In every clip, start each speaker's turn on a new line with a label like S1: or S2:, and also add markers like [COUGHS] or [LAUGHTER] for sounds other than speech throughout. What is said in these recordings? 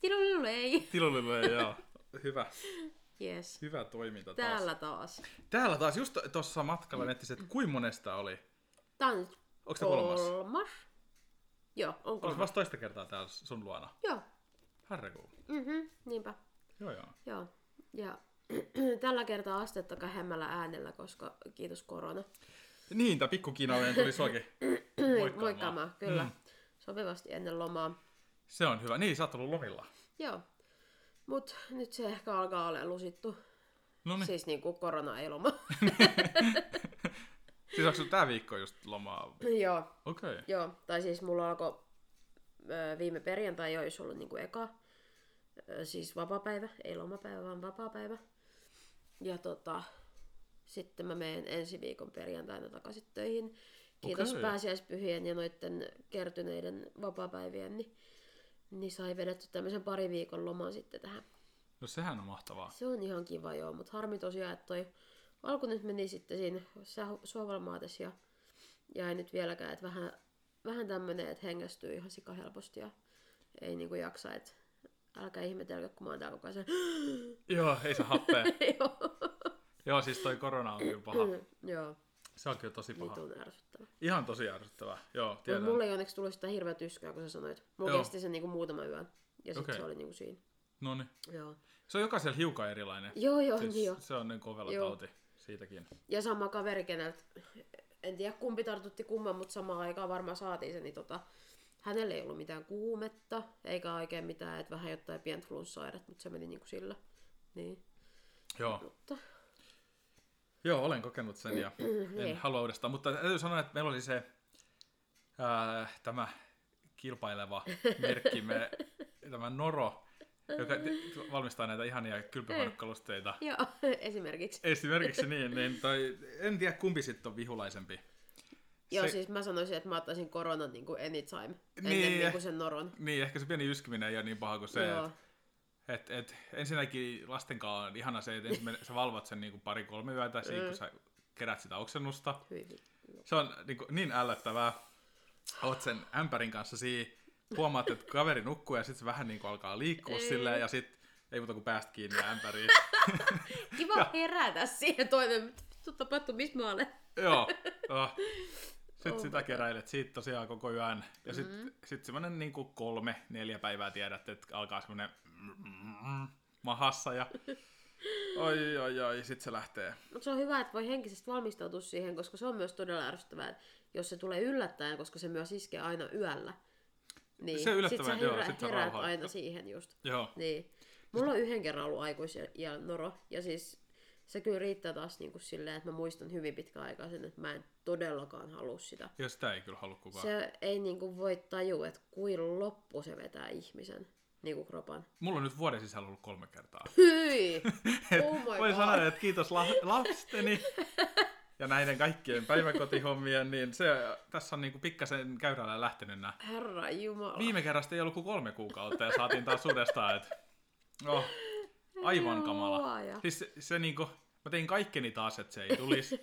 S1: Tilulle ei.
S2: Tilulle ei, joo. Hyvä,
S1: Yes.
S2: hyvä toiminta taas.
S1: Täällä Mm. taas.
S2: Täällä taas, just tuossa matkalla nettissä, että kuinka monesta oli?
S1: Tää on nyt
S2: Onko tämä kolmas?
S1: kolmas. Joo, on
S2: Oliko
S1: kolmas.
S2: vasta toista kertaa täällä sun luona?
S1: Joo.
S2: Herrekuu.
S1: Mhm, niinpä.
S2: Joo joo.
S1: Joo. Ja [CLEARS THROAT] tällä kertaa astetta vähemmällä äänellä, koska kiitos korona.
S2: Niin, tää pikkukiinalainen
S1: [CLEARS THROAT]
S2: tuli suakin moikkaamaan.
S1: Moikkaamaan, kyllä. Mm. Sopivasti ennen lomaa.
S2: Se on hyvä. Niin, sä oot ollut lomilla.
S1: Joo. Mut nyt se ehkä alkaa olla lusittu.
S2: No niin.
S1: Siis niinku korona ei loma. [CLEARS THROAT]
S2: Siis onko sulla tää viikko just lomaa?
S1: Joo.
S2: Okei. Okay.
S1: Joo, tai siis mulla alkoi ö, viime perjantai jo, jos ollut niinku eka, ö, siis vapaapäivä, ei lomapäivä, vaan vapaapäivä. Ja tota, sitten mä menen ensi viikon perjantaina takaisin töihin. Kiitos
S2: Okei.
S1: okay. pääsiäispyhien ja noitten kertyneiden vapaapäivien, niin, niin sai vedetty tämmöisen pari viikon loman sitten tähän.
S2: No sehän on mahtavaa.
S1: Se on ihan kiva joo, mutta harmi tosiaan, että toi alku nyt meni sitten siinä säh- Suomalmaates ja jäi nyt vieläkään, että vähän, vähän tämmönen, että hengästyy ihan sika helposti ja ei niinku jaksa, että älkää ihmetelkö, kun mä oon täällä koko ajan.
S2: Joo, ei se happea.
S1: [LAUGHS] joo,
S2: joo, siis toi korona on kyllä paha.
S1: joo
S2: Se on kyllä tosi paha.
S1: vitun ärsyttävä.
S2: Ihan tosi ärsyttävää. Joo,
S1: Niin Mut
S2: tiedän.
S1: mulle ei onneksi tullut sitä hirveä tyskää, kun sä sanoit. Mulla
S2: Joo.
S1: kesti sen niinku muutama yö ja sitten
S2: Okei.
S1: se oli niinku siinä.
S2: Noniin.
S1: Joo,
S2: No niin. Se on jokaisella hiukan erilainen.
S1: joo, joo,
S2: Siis
S1: niin joo.
S2: se on niin kovella
S1: Joo.
S2: tauti siitäkin.
S1: Ja sama kaveri, keneltä, en tiedä kumpi tartutti kumman, mutta samaan aikaan varmaan saatiin se, niin tota, hänellä ei ollut mitään kuumetta, eikä oikein mitään, että vähän jotain pientä flunssairat, mutta se meni niinku sillä. Niin,
S2: Joo.
S1: mutta
S2: Joo, olen kokenut sen ja en
S1: Niin.
S2: halua uudestaan. Mutta täytyy sanoa, että meillä oli se ää, tämä kilpaileva merkki,
S1: [LAUGHS]
S2: me, tämä Noro, joka te- valmistaa näitä ihania kylpyhuonekalusteita.
S1: joo, [LAUGHS] esimerkiksi.
S2: Esimerkiksi niin, niin toi, en tiedä kumpi sitten on vihulaisempi.
S1: Joo,
S2: Se-
S1: siis mä sanoisin, että mä ottaisin koronan niinku anytime, ennen
S2: Niin.
S1: niinku sen noron.
S2: Niin, ehkä se pieni yskiminen ei ole niin paha kuin se,
S1: Joo.
S2: että et, et, ensinnäkin lasten kanssa on ihana se, että ensin sä valvot sen niinku pari-kolme yötä, siinä
S1: Mm.
S2: kun sä kerät sitä oksennusta.
S1: Hyvin. vi-
S2: Se on niin, niin ällöttävää. Oot sen ämpärin kanssa siinä, huomaat, että kaveri nukkuu ja sitten se vähän niin alkaa liikkua
S1: Ei.
S2: silleen ja sitten ei muuta kuin päästä kiinni ja ämpäriin.
S1: Kiva herätä siihen toinen, mitä vittu tapahtuu, missä mä olen?
S2: Joo. Oh. Sitten
S1: Oh
S2: sitä keräilet siitä tosiaan koko yön. Ja sitten mm-hmm. sit semmoinen niin kolme, neljä päivää tiedät, että alkaa semmoinen mm,
S1: [LAUGHS]
S2: mahassa ja oi oi oi, sit se lähtee.
S1: Mutta se on hyvä, että voi henkisesti valmistautua siihen, koska se on myös todella ärsyttävää, että jos se tulee yllättäen, koska se myös iskee aina yöllä. Niin.
S2: Se yllättävän,
S1: sit sä
S2: joo,
S1: herä,
S2: sit sä
S1: heräät
S2: rauhoitut.
S1: aina siihen just.
S2: Joo.
S1: Niin. Mulla on yhden kerran ollut aikuis ja, ja noro, ja siis se kyllä riittää taas niin kuin silleen, että mä muistan hyvin pitkän aikaa sen, että mä en todellakaan halua sitä.
S2: Jos sitä ei kyllä halua kukaan. Se...
S1: Se ei niin kuin voi tajua, että kuin loppu se vetää ihmisen, niin kuin kropan.
S2: Mulla on nyt vuoden sisällä ollut kolme kertaa. [LAUGHS]
S1: Hyi! Oh my
S2: Voin
S1: god.
S2: sanoa, että kiitos la-
S1: [LAUGHS]
S2: lasteni ja näiden kaikkien päiväkotihommien, niin se, tässä on niinku pikkasen käyrällä lähtenyt nää.
S1: Herra Jumala.
S2: Viime kerrasta ei ollut kuin kolme kuukautta ja saatiin taas uudestaan, että oh, aivan
S1: Ei
S2: kamala.
S1: luoja.
S2: Siis se, se niinku, mä tein kaikkeni taas, että se ei tulisi.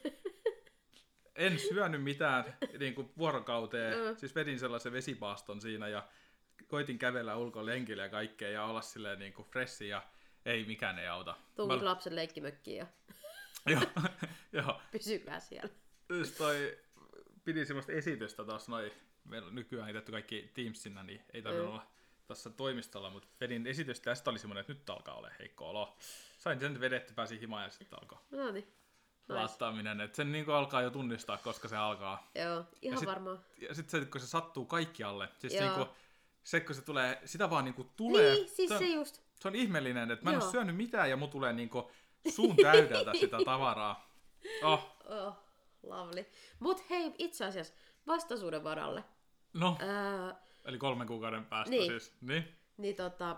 S2: En syönyt mitään niinku vuorokauteen,
S1: Mm.
S2: siis vedin sellaisen vesipaaston siinä ja koitin kävellä ulkolenkillä ja kaikkea ja olla silleen niinku freshi ja ei mikään ei auta.
S1: Tunkit
S2: Mä-
S1: lapsen leikkimökkiin ja
S2: [LAUGHS] Joo, joo.
S1: pysykää siellä.
S2: Just toi, pidin semmoista esitystä taas noin, meillä on nykyään jätetty kaikki Teamsina, niin ei tarvinnut
S1: Mm.
S2: olla tässä toimistolla, mutta vedin esitystä ja sitten oli semmoinen, että nyt alkaa olla heikko olo. Sain sen vedetty, pääsin himaan ja sitten alkoi
S1: No niin. Nice.
S2: lastaaminen. Et sen niin alkaa jo tunnistaa, koska se alkaa.
S1: Joo, ihan
S2: sit-
S1: sit... varmaan.
S2: Ja sitten se, kun se sattuu kaikkialle, siis
S1: Joo.
S2: niin kuin, se kun se tulee, sitä vaan niin kuin tulee.
S1: Niin, siis
S2: se, on,
S1: se just.
S2: se on ihmeellinen, että mä en ole
S1: Joo.
S2: syönyt mitään ja mu tulee niin kuin suun täydeltä
S1: [LAUGHS]
S2: sitä tavaraa. Oh,
S1: Oh, lovely. Mut hei, itse asiassa vastaisuuden varalle.
S2: no.
S1: Öö,
S2: Eli kolmen kuukauden päästä niin.
S1: Niin.
S2: siis. Niin,
S1: niin tota,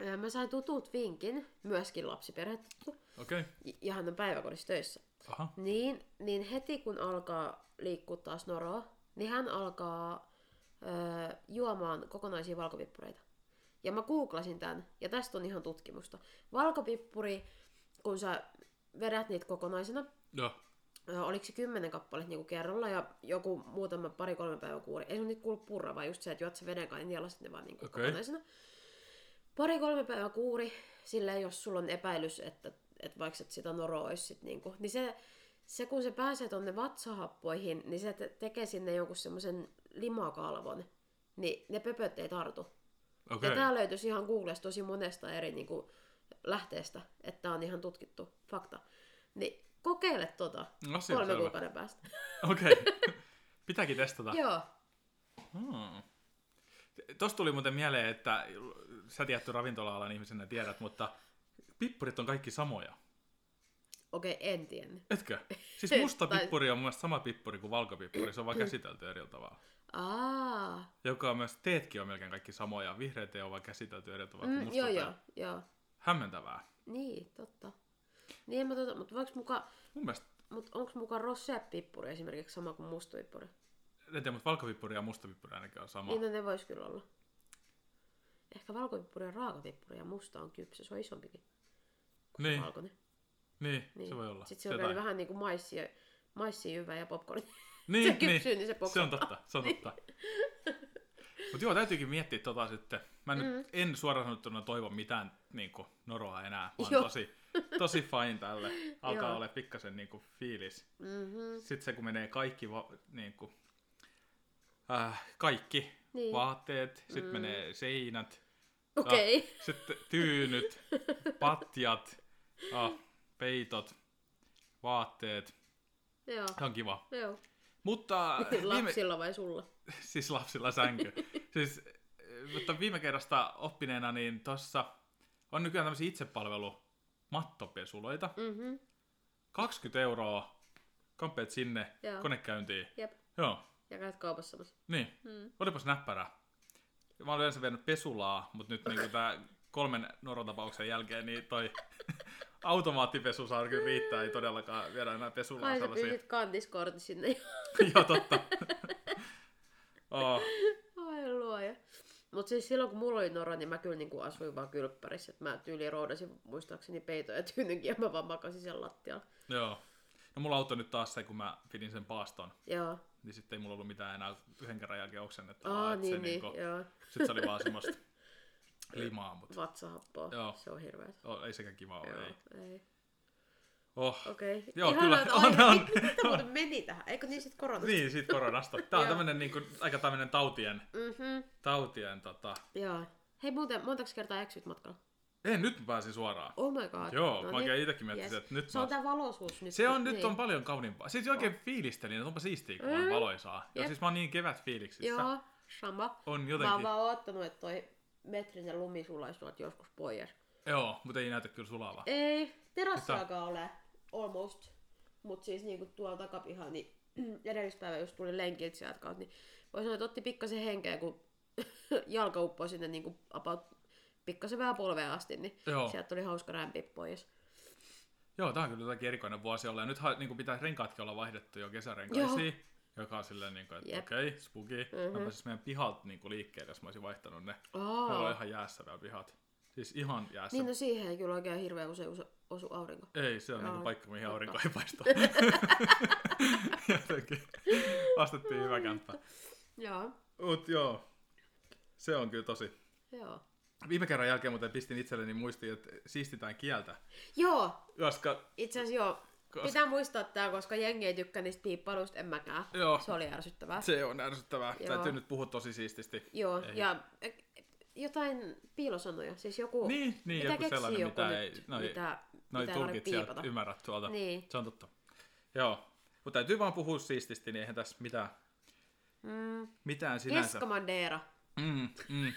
S1: öö, mä sain tutut vinkin, myöskin lapsiperhetuttu,
S2: okei. Okay.
S1: j- ja hän on päiväkodissa töissä.
S2: Aha.
S1: Niin, niin heti kun alkaa liikkua taas noroa, niin hän alkaa öö, juomaan kokonaisia valkopippureita. Ja mä googlasin tämän, ja tästä on ihan tutkimusta. Valkopippuri, kun sä vedät niitä kokonaisena,
S2: Joo.
S1: ö, oliko se kymmenen kappaletta niinku kerralla ja joku muutama pari-kolme päivän kuuri. Ei se nyt kuulu purra, vaan just se, että juot se veden kanssa niin jalat ne vaan niinku
S2: Okei.
S1: okay. kokonaisena. pari-kolme päivää kuuri, silleen jos sulla on epäilys, että, että vaikka et sitä noroa olisi sit niinku, niin se, se kun se pääsee tonne vatsahappoihin, niin se te- tekee sinne jonkun semmoisen limakalvon, niin ne pöpöt ei tartu. Okay.
S2: Okei.
S1: Ja tämä löytyisi ihan Googlesta tosi monesta eri niin kuin, lähteestä, että tämä on ihan tutkittu fakta. Niin kokeile tota
S2: No, se on
S1: kolme
S2: selvä.
S1: kuukauden päästä. [LAUGHS]
S2: Okei. Okay. Pitääkin testata.
S1: Joo.
S2: Hmm. Tuosta tuli muuten mieleen, että sä tietty ravintola-alan ihmisenä tiedät, mutta pippurit on kaikki samoja.
S1: Okei, okay, en tiennyt.
S2: Etkö?
S1: [LAUGHS]
S2: Siis musta
S1: Tai-
S2: pippuri on mun mielestä sama pippuri kuin valkopippuri, se on vaan käsitelty eri tavalla.
S1: Aa.
S2: Joka on myös teetkin on melkein kaikki samoja, vihreät ei ole vaan käsitelty eri tavalla kuin
S1: Mm,
S2: mustat.
S1: joo,
S2: ja-
S1: joo, joo.
S2: Hämmentävää.
S1: Niin, totta. Niin en mä tota, mutta voiko muka,
S2: Mun mielestä,
S1: mut onks muka rossepippuri esimerkiksi sama kuin mustapippuri?
S2: en tiedä, mutta valkopippuri ja mustapippuri ainakin on sama.
S1: Niin no, ne vois kyllä olla. Ehkä valkopippuri on raakapippuri ja musta on kypsä, se on isompikin kuin
S2: Niin.
S1: valkoinen.
S2: Niin,
S1: Niin.
S2: se voi olla.
S1: Sitten se on vielä
S2: Jotain.
S1: vähän niin kuin maissia, maissia hyvää ja popcorn. [LAUGHS]
S2: Niin,
S1: se kypsyy, niin,
S2: niin.
S1: niin se
S2: Se
S1: popcorn.
S2: on totta, se on
S1: [LAUGHS]
S2: totta. Mutta joo, täytyykin miettiä tota sitten. Mä nyt mm. en suoraan sanottuna toivo mitään niin kuin, noroa enää. Mä oon
S1: Joo.
S2: tosi, tosi fine tälle. Alkaa
S1: Joo.
S2: olla pikkasen niin kuin, fiilis.
S1: Mm-hmm.
S2: Sitten se, kun menee kaikki, va, niin kuin, äh, kaikki
S1: Niin.
S2: vaatteet, sitten mm. menee seinät,
S1: Okei. Okay.
S2: sitten tyynyt, patjat, ah, peitot, vaatteet.
S1: Joo.
S2: Se on kiva.
S1: Joo.
S2: Mutta äh, viime,
S1: Lapsilla vai sulla?
S2: [LAUGHS] siis lapsilla
S1: [LAUGHS]
S2: sänky. siis, eh, mutta viime kerrasta oppineena, niin tuossa on nykyään tämmöisiä itsepalvelu mattopesuloita.
S1: Mhm.
S2: 20 euroa, kamppeet sinne,
S1: Joo.
S2: konekäyntiin.
S1: Jep.
S2: Joo,
S1: Ja käyt kaupassa samassa.
S2: niin.
S1: Mm.
S2: Olipas näppärää. Mä olen yleensä vienyt pesulaa, mutta nyt niinku tää kolmen norotapauksen jälkeen, niin toi [LAUGHS] automaattipesu saa kyllä riittää, ei todellakaan viedä enää pesulaa
S1: Ai sä
S2: sellaisia.
S1: pysit kantiskortin sinne.
S2: [LAUGHS] Joo, totta. oh,
S1: [LAUGHS] Ai luoja. Mut siis silloin kun mulla oli nora, niin mä kyllä niinku asuin vaan kylppärissä. Et mä tyyli roudasin muistaakseni peitoja tyynynkin ja mä vaan makasin siellä lattialla.
S2: joo. No mulla auttoi nyt taas se, kun mä pidin sen paaston.
S1: Joo.
S2: niin sitten ei mulla ollut mitään enää yhden kerran jälkeen oksennettavaa.
S1: Aa,
S2: et se
S1: niin, niin,
S2: niinku-
S1: joo.
S2: Sit se oli vaan semmoista limaa, mutta
S1: Vatsahappoa.
S2: Joo.
S1: Se on hirveet.
S2: oh, ei sekään kiva ole.
S1: Joo,
S2: Ei.
S1: ei.
S2: Oh.
S1: Okei. Okay.
S2: Joo, kyllä,
S1: [LAUGHS]
S2: on, on.
S1: Mitä muuten meni tähän? Eikö niin sit koronasta?
S2: Niin, siitä koronasta. Tää on
S1: Joo.
S2: tämmönen niinku, aika tämmönen tautien,
S1: Mhm.
S2: tautien tota...
S1: Joo. Hei muuten, montaks kertaa eksyt matkalla?
S2: Ei, nyt mä pääsin suoraan.
S1: Oh my god.
S2: Joo,
S1: No
S2: mä
S1: niin.
S2: oikein itekin miettisin, että nyt
S1: Se on
S2: mä...
S1: tää valoisuus nyt.
S2: Se on,
S1: niin.
S2: nyt on paljon kauniimpaa. Siis oikein fiilistelin, että onpa siistiä, kun on
S1: Mm.
S2: valoisaa. Ja
S1: Jep.
S2: siis mä oon niin kevät fiiliksissä.
S1: Joo, sama. Jotenkin.
S2: On
S1: Mä oon
S2: jotenkin...
S1: vaan oottanut, että toi metrinen lumi sulaisi suolta joskus pois.
S2: Joo, mutta ei näytä kyllä sulava.
S1: Ei, terassiakaan ole almost. Mut siis niinku tuolla takapiha, niin [CLEARS THROAT] edellispäivä just tuli lenkiltä sieltä kautta, niin voi sanoa, että otti pikkasen henkeä, kun [LAUGHS] jalka uppoi sinne niinku about pikkasen vähän polveen asti, niin
S2: Joo.
S1: sieltä tuli hauska rämpi pois.
S2: Joo, tämä on kyllä jotakin erikoinen vuosi olla. Ja nythän niin pitää renkaatkin olla vaihdettu jo kesärenkaisiin. Joka on silleen, niin kuin, että
S1: Jep.
S2: okei, okay, spooky. Mm-hmm.
S1: Mhm.
S2: Mä siis meidän pihat niin kuin liikkeelle, jos mä olisin vaihtanut ne. Oh. Meillä on
S1: Aa,
S2: ihan jäässä vielä pihat. Siis ihan jäässä.
S1: niin no siihen ei kyllä oikein hirveän usein usu- osu aurinko.
S2: Ei, se on niin
S1: Joo,
S2: paikka, mihin
S1: totta.
S2: aurinko ei paista. [LAUGHS] Jotenkin. Astettiin hyvä kämppä.
S1: Joo,
S2: Mut joo, se on kyllä tosi.
S1: joo.
S2: Viime kerran jälkeen muuten pistin itselleni muistiin, että siistitään kieltä.
S1: Joo,
S2: Koska,
S1: itse asiassa joo.
S2: koska
S1: Pitää muistaa tää, koska jengi ei tykkää niistä piippailuista, en mäkään.
S2: Joo.
S1: Se oli ärsyttävää. Se...
S2: se on ärsyttävää.
S1: Joo.
S2: Täytyy nyt puhua tosi siististi.
S1: Joo,
S2: Ei.
S1: ja ä, jotain piilosanoja, siis joku...
S2: Niin, niin
S1: mitä
S2: joku
S1: keksii
S2: sellainen,
S1: joku
S2: mitä
S1: nyt,
S2: ei, noi,
S1: mitä,
S2: noi
S1: mitä ei tarvitse
S2: tulkitsijat
S1: piipata.
S2: ymmärrät tuolta.
S1: Niin.
S2: Se on totta. Joo, mutta täytyy vaan puhua siististi, niin eihän tässä mitään,
S1: Mm,
S2: mitään sinänsä.
S1: Eskamandeera.
S2: Mm, mm.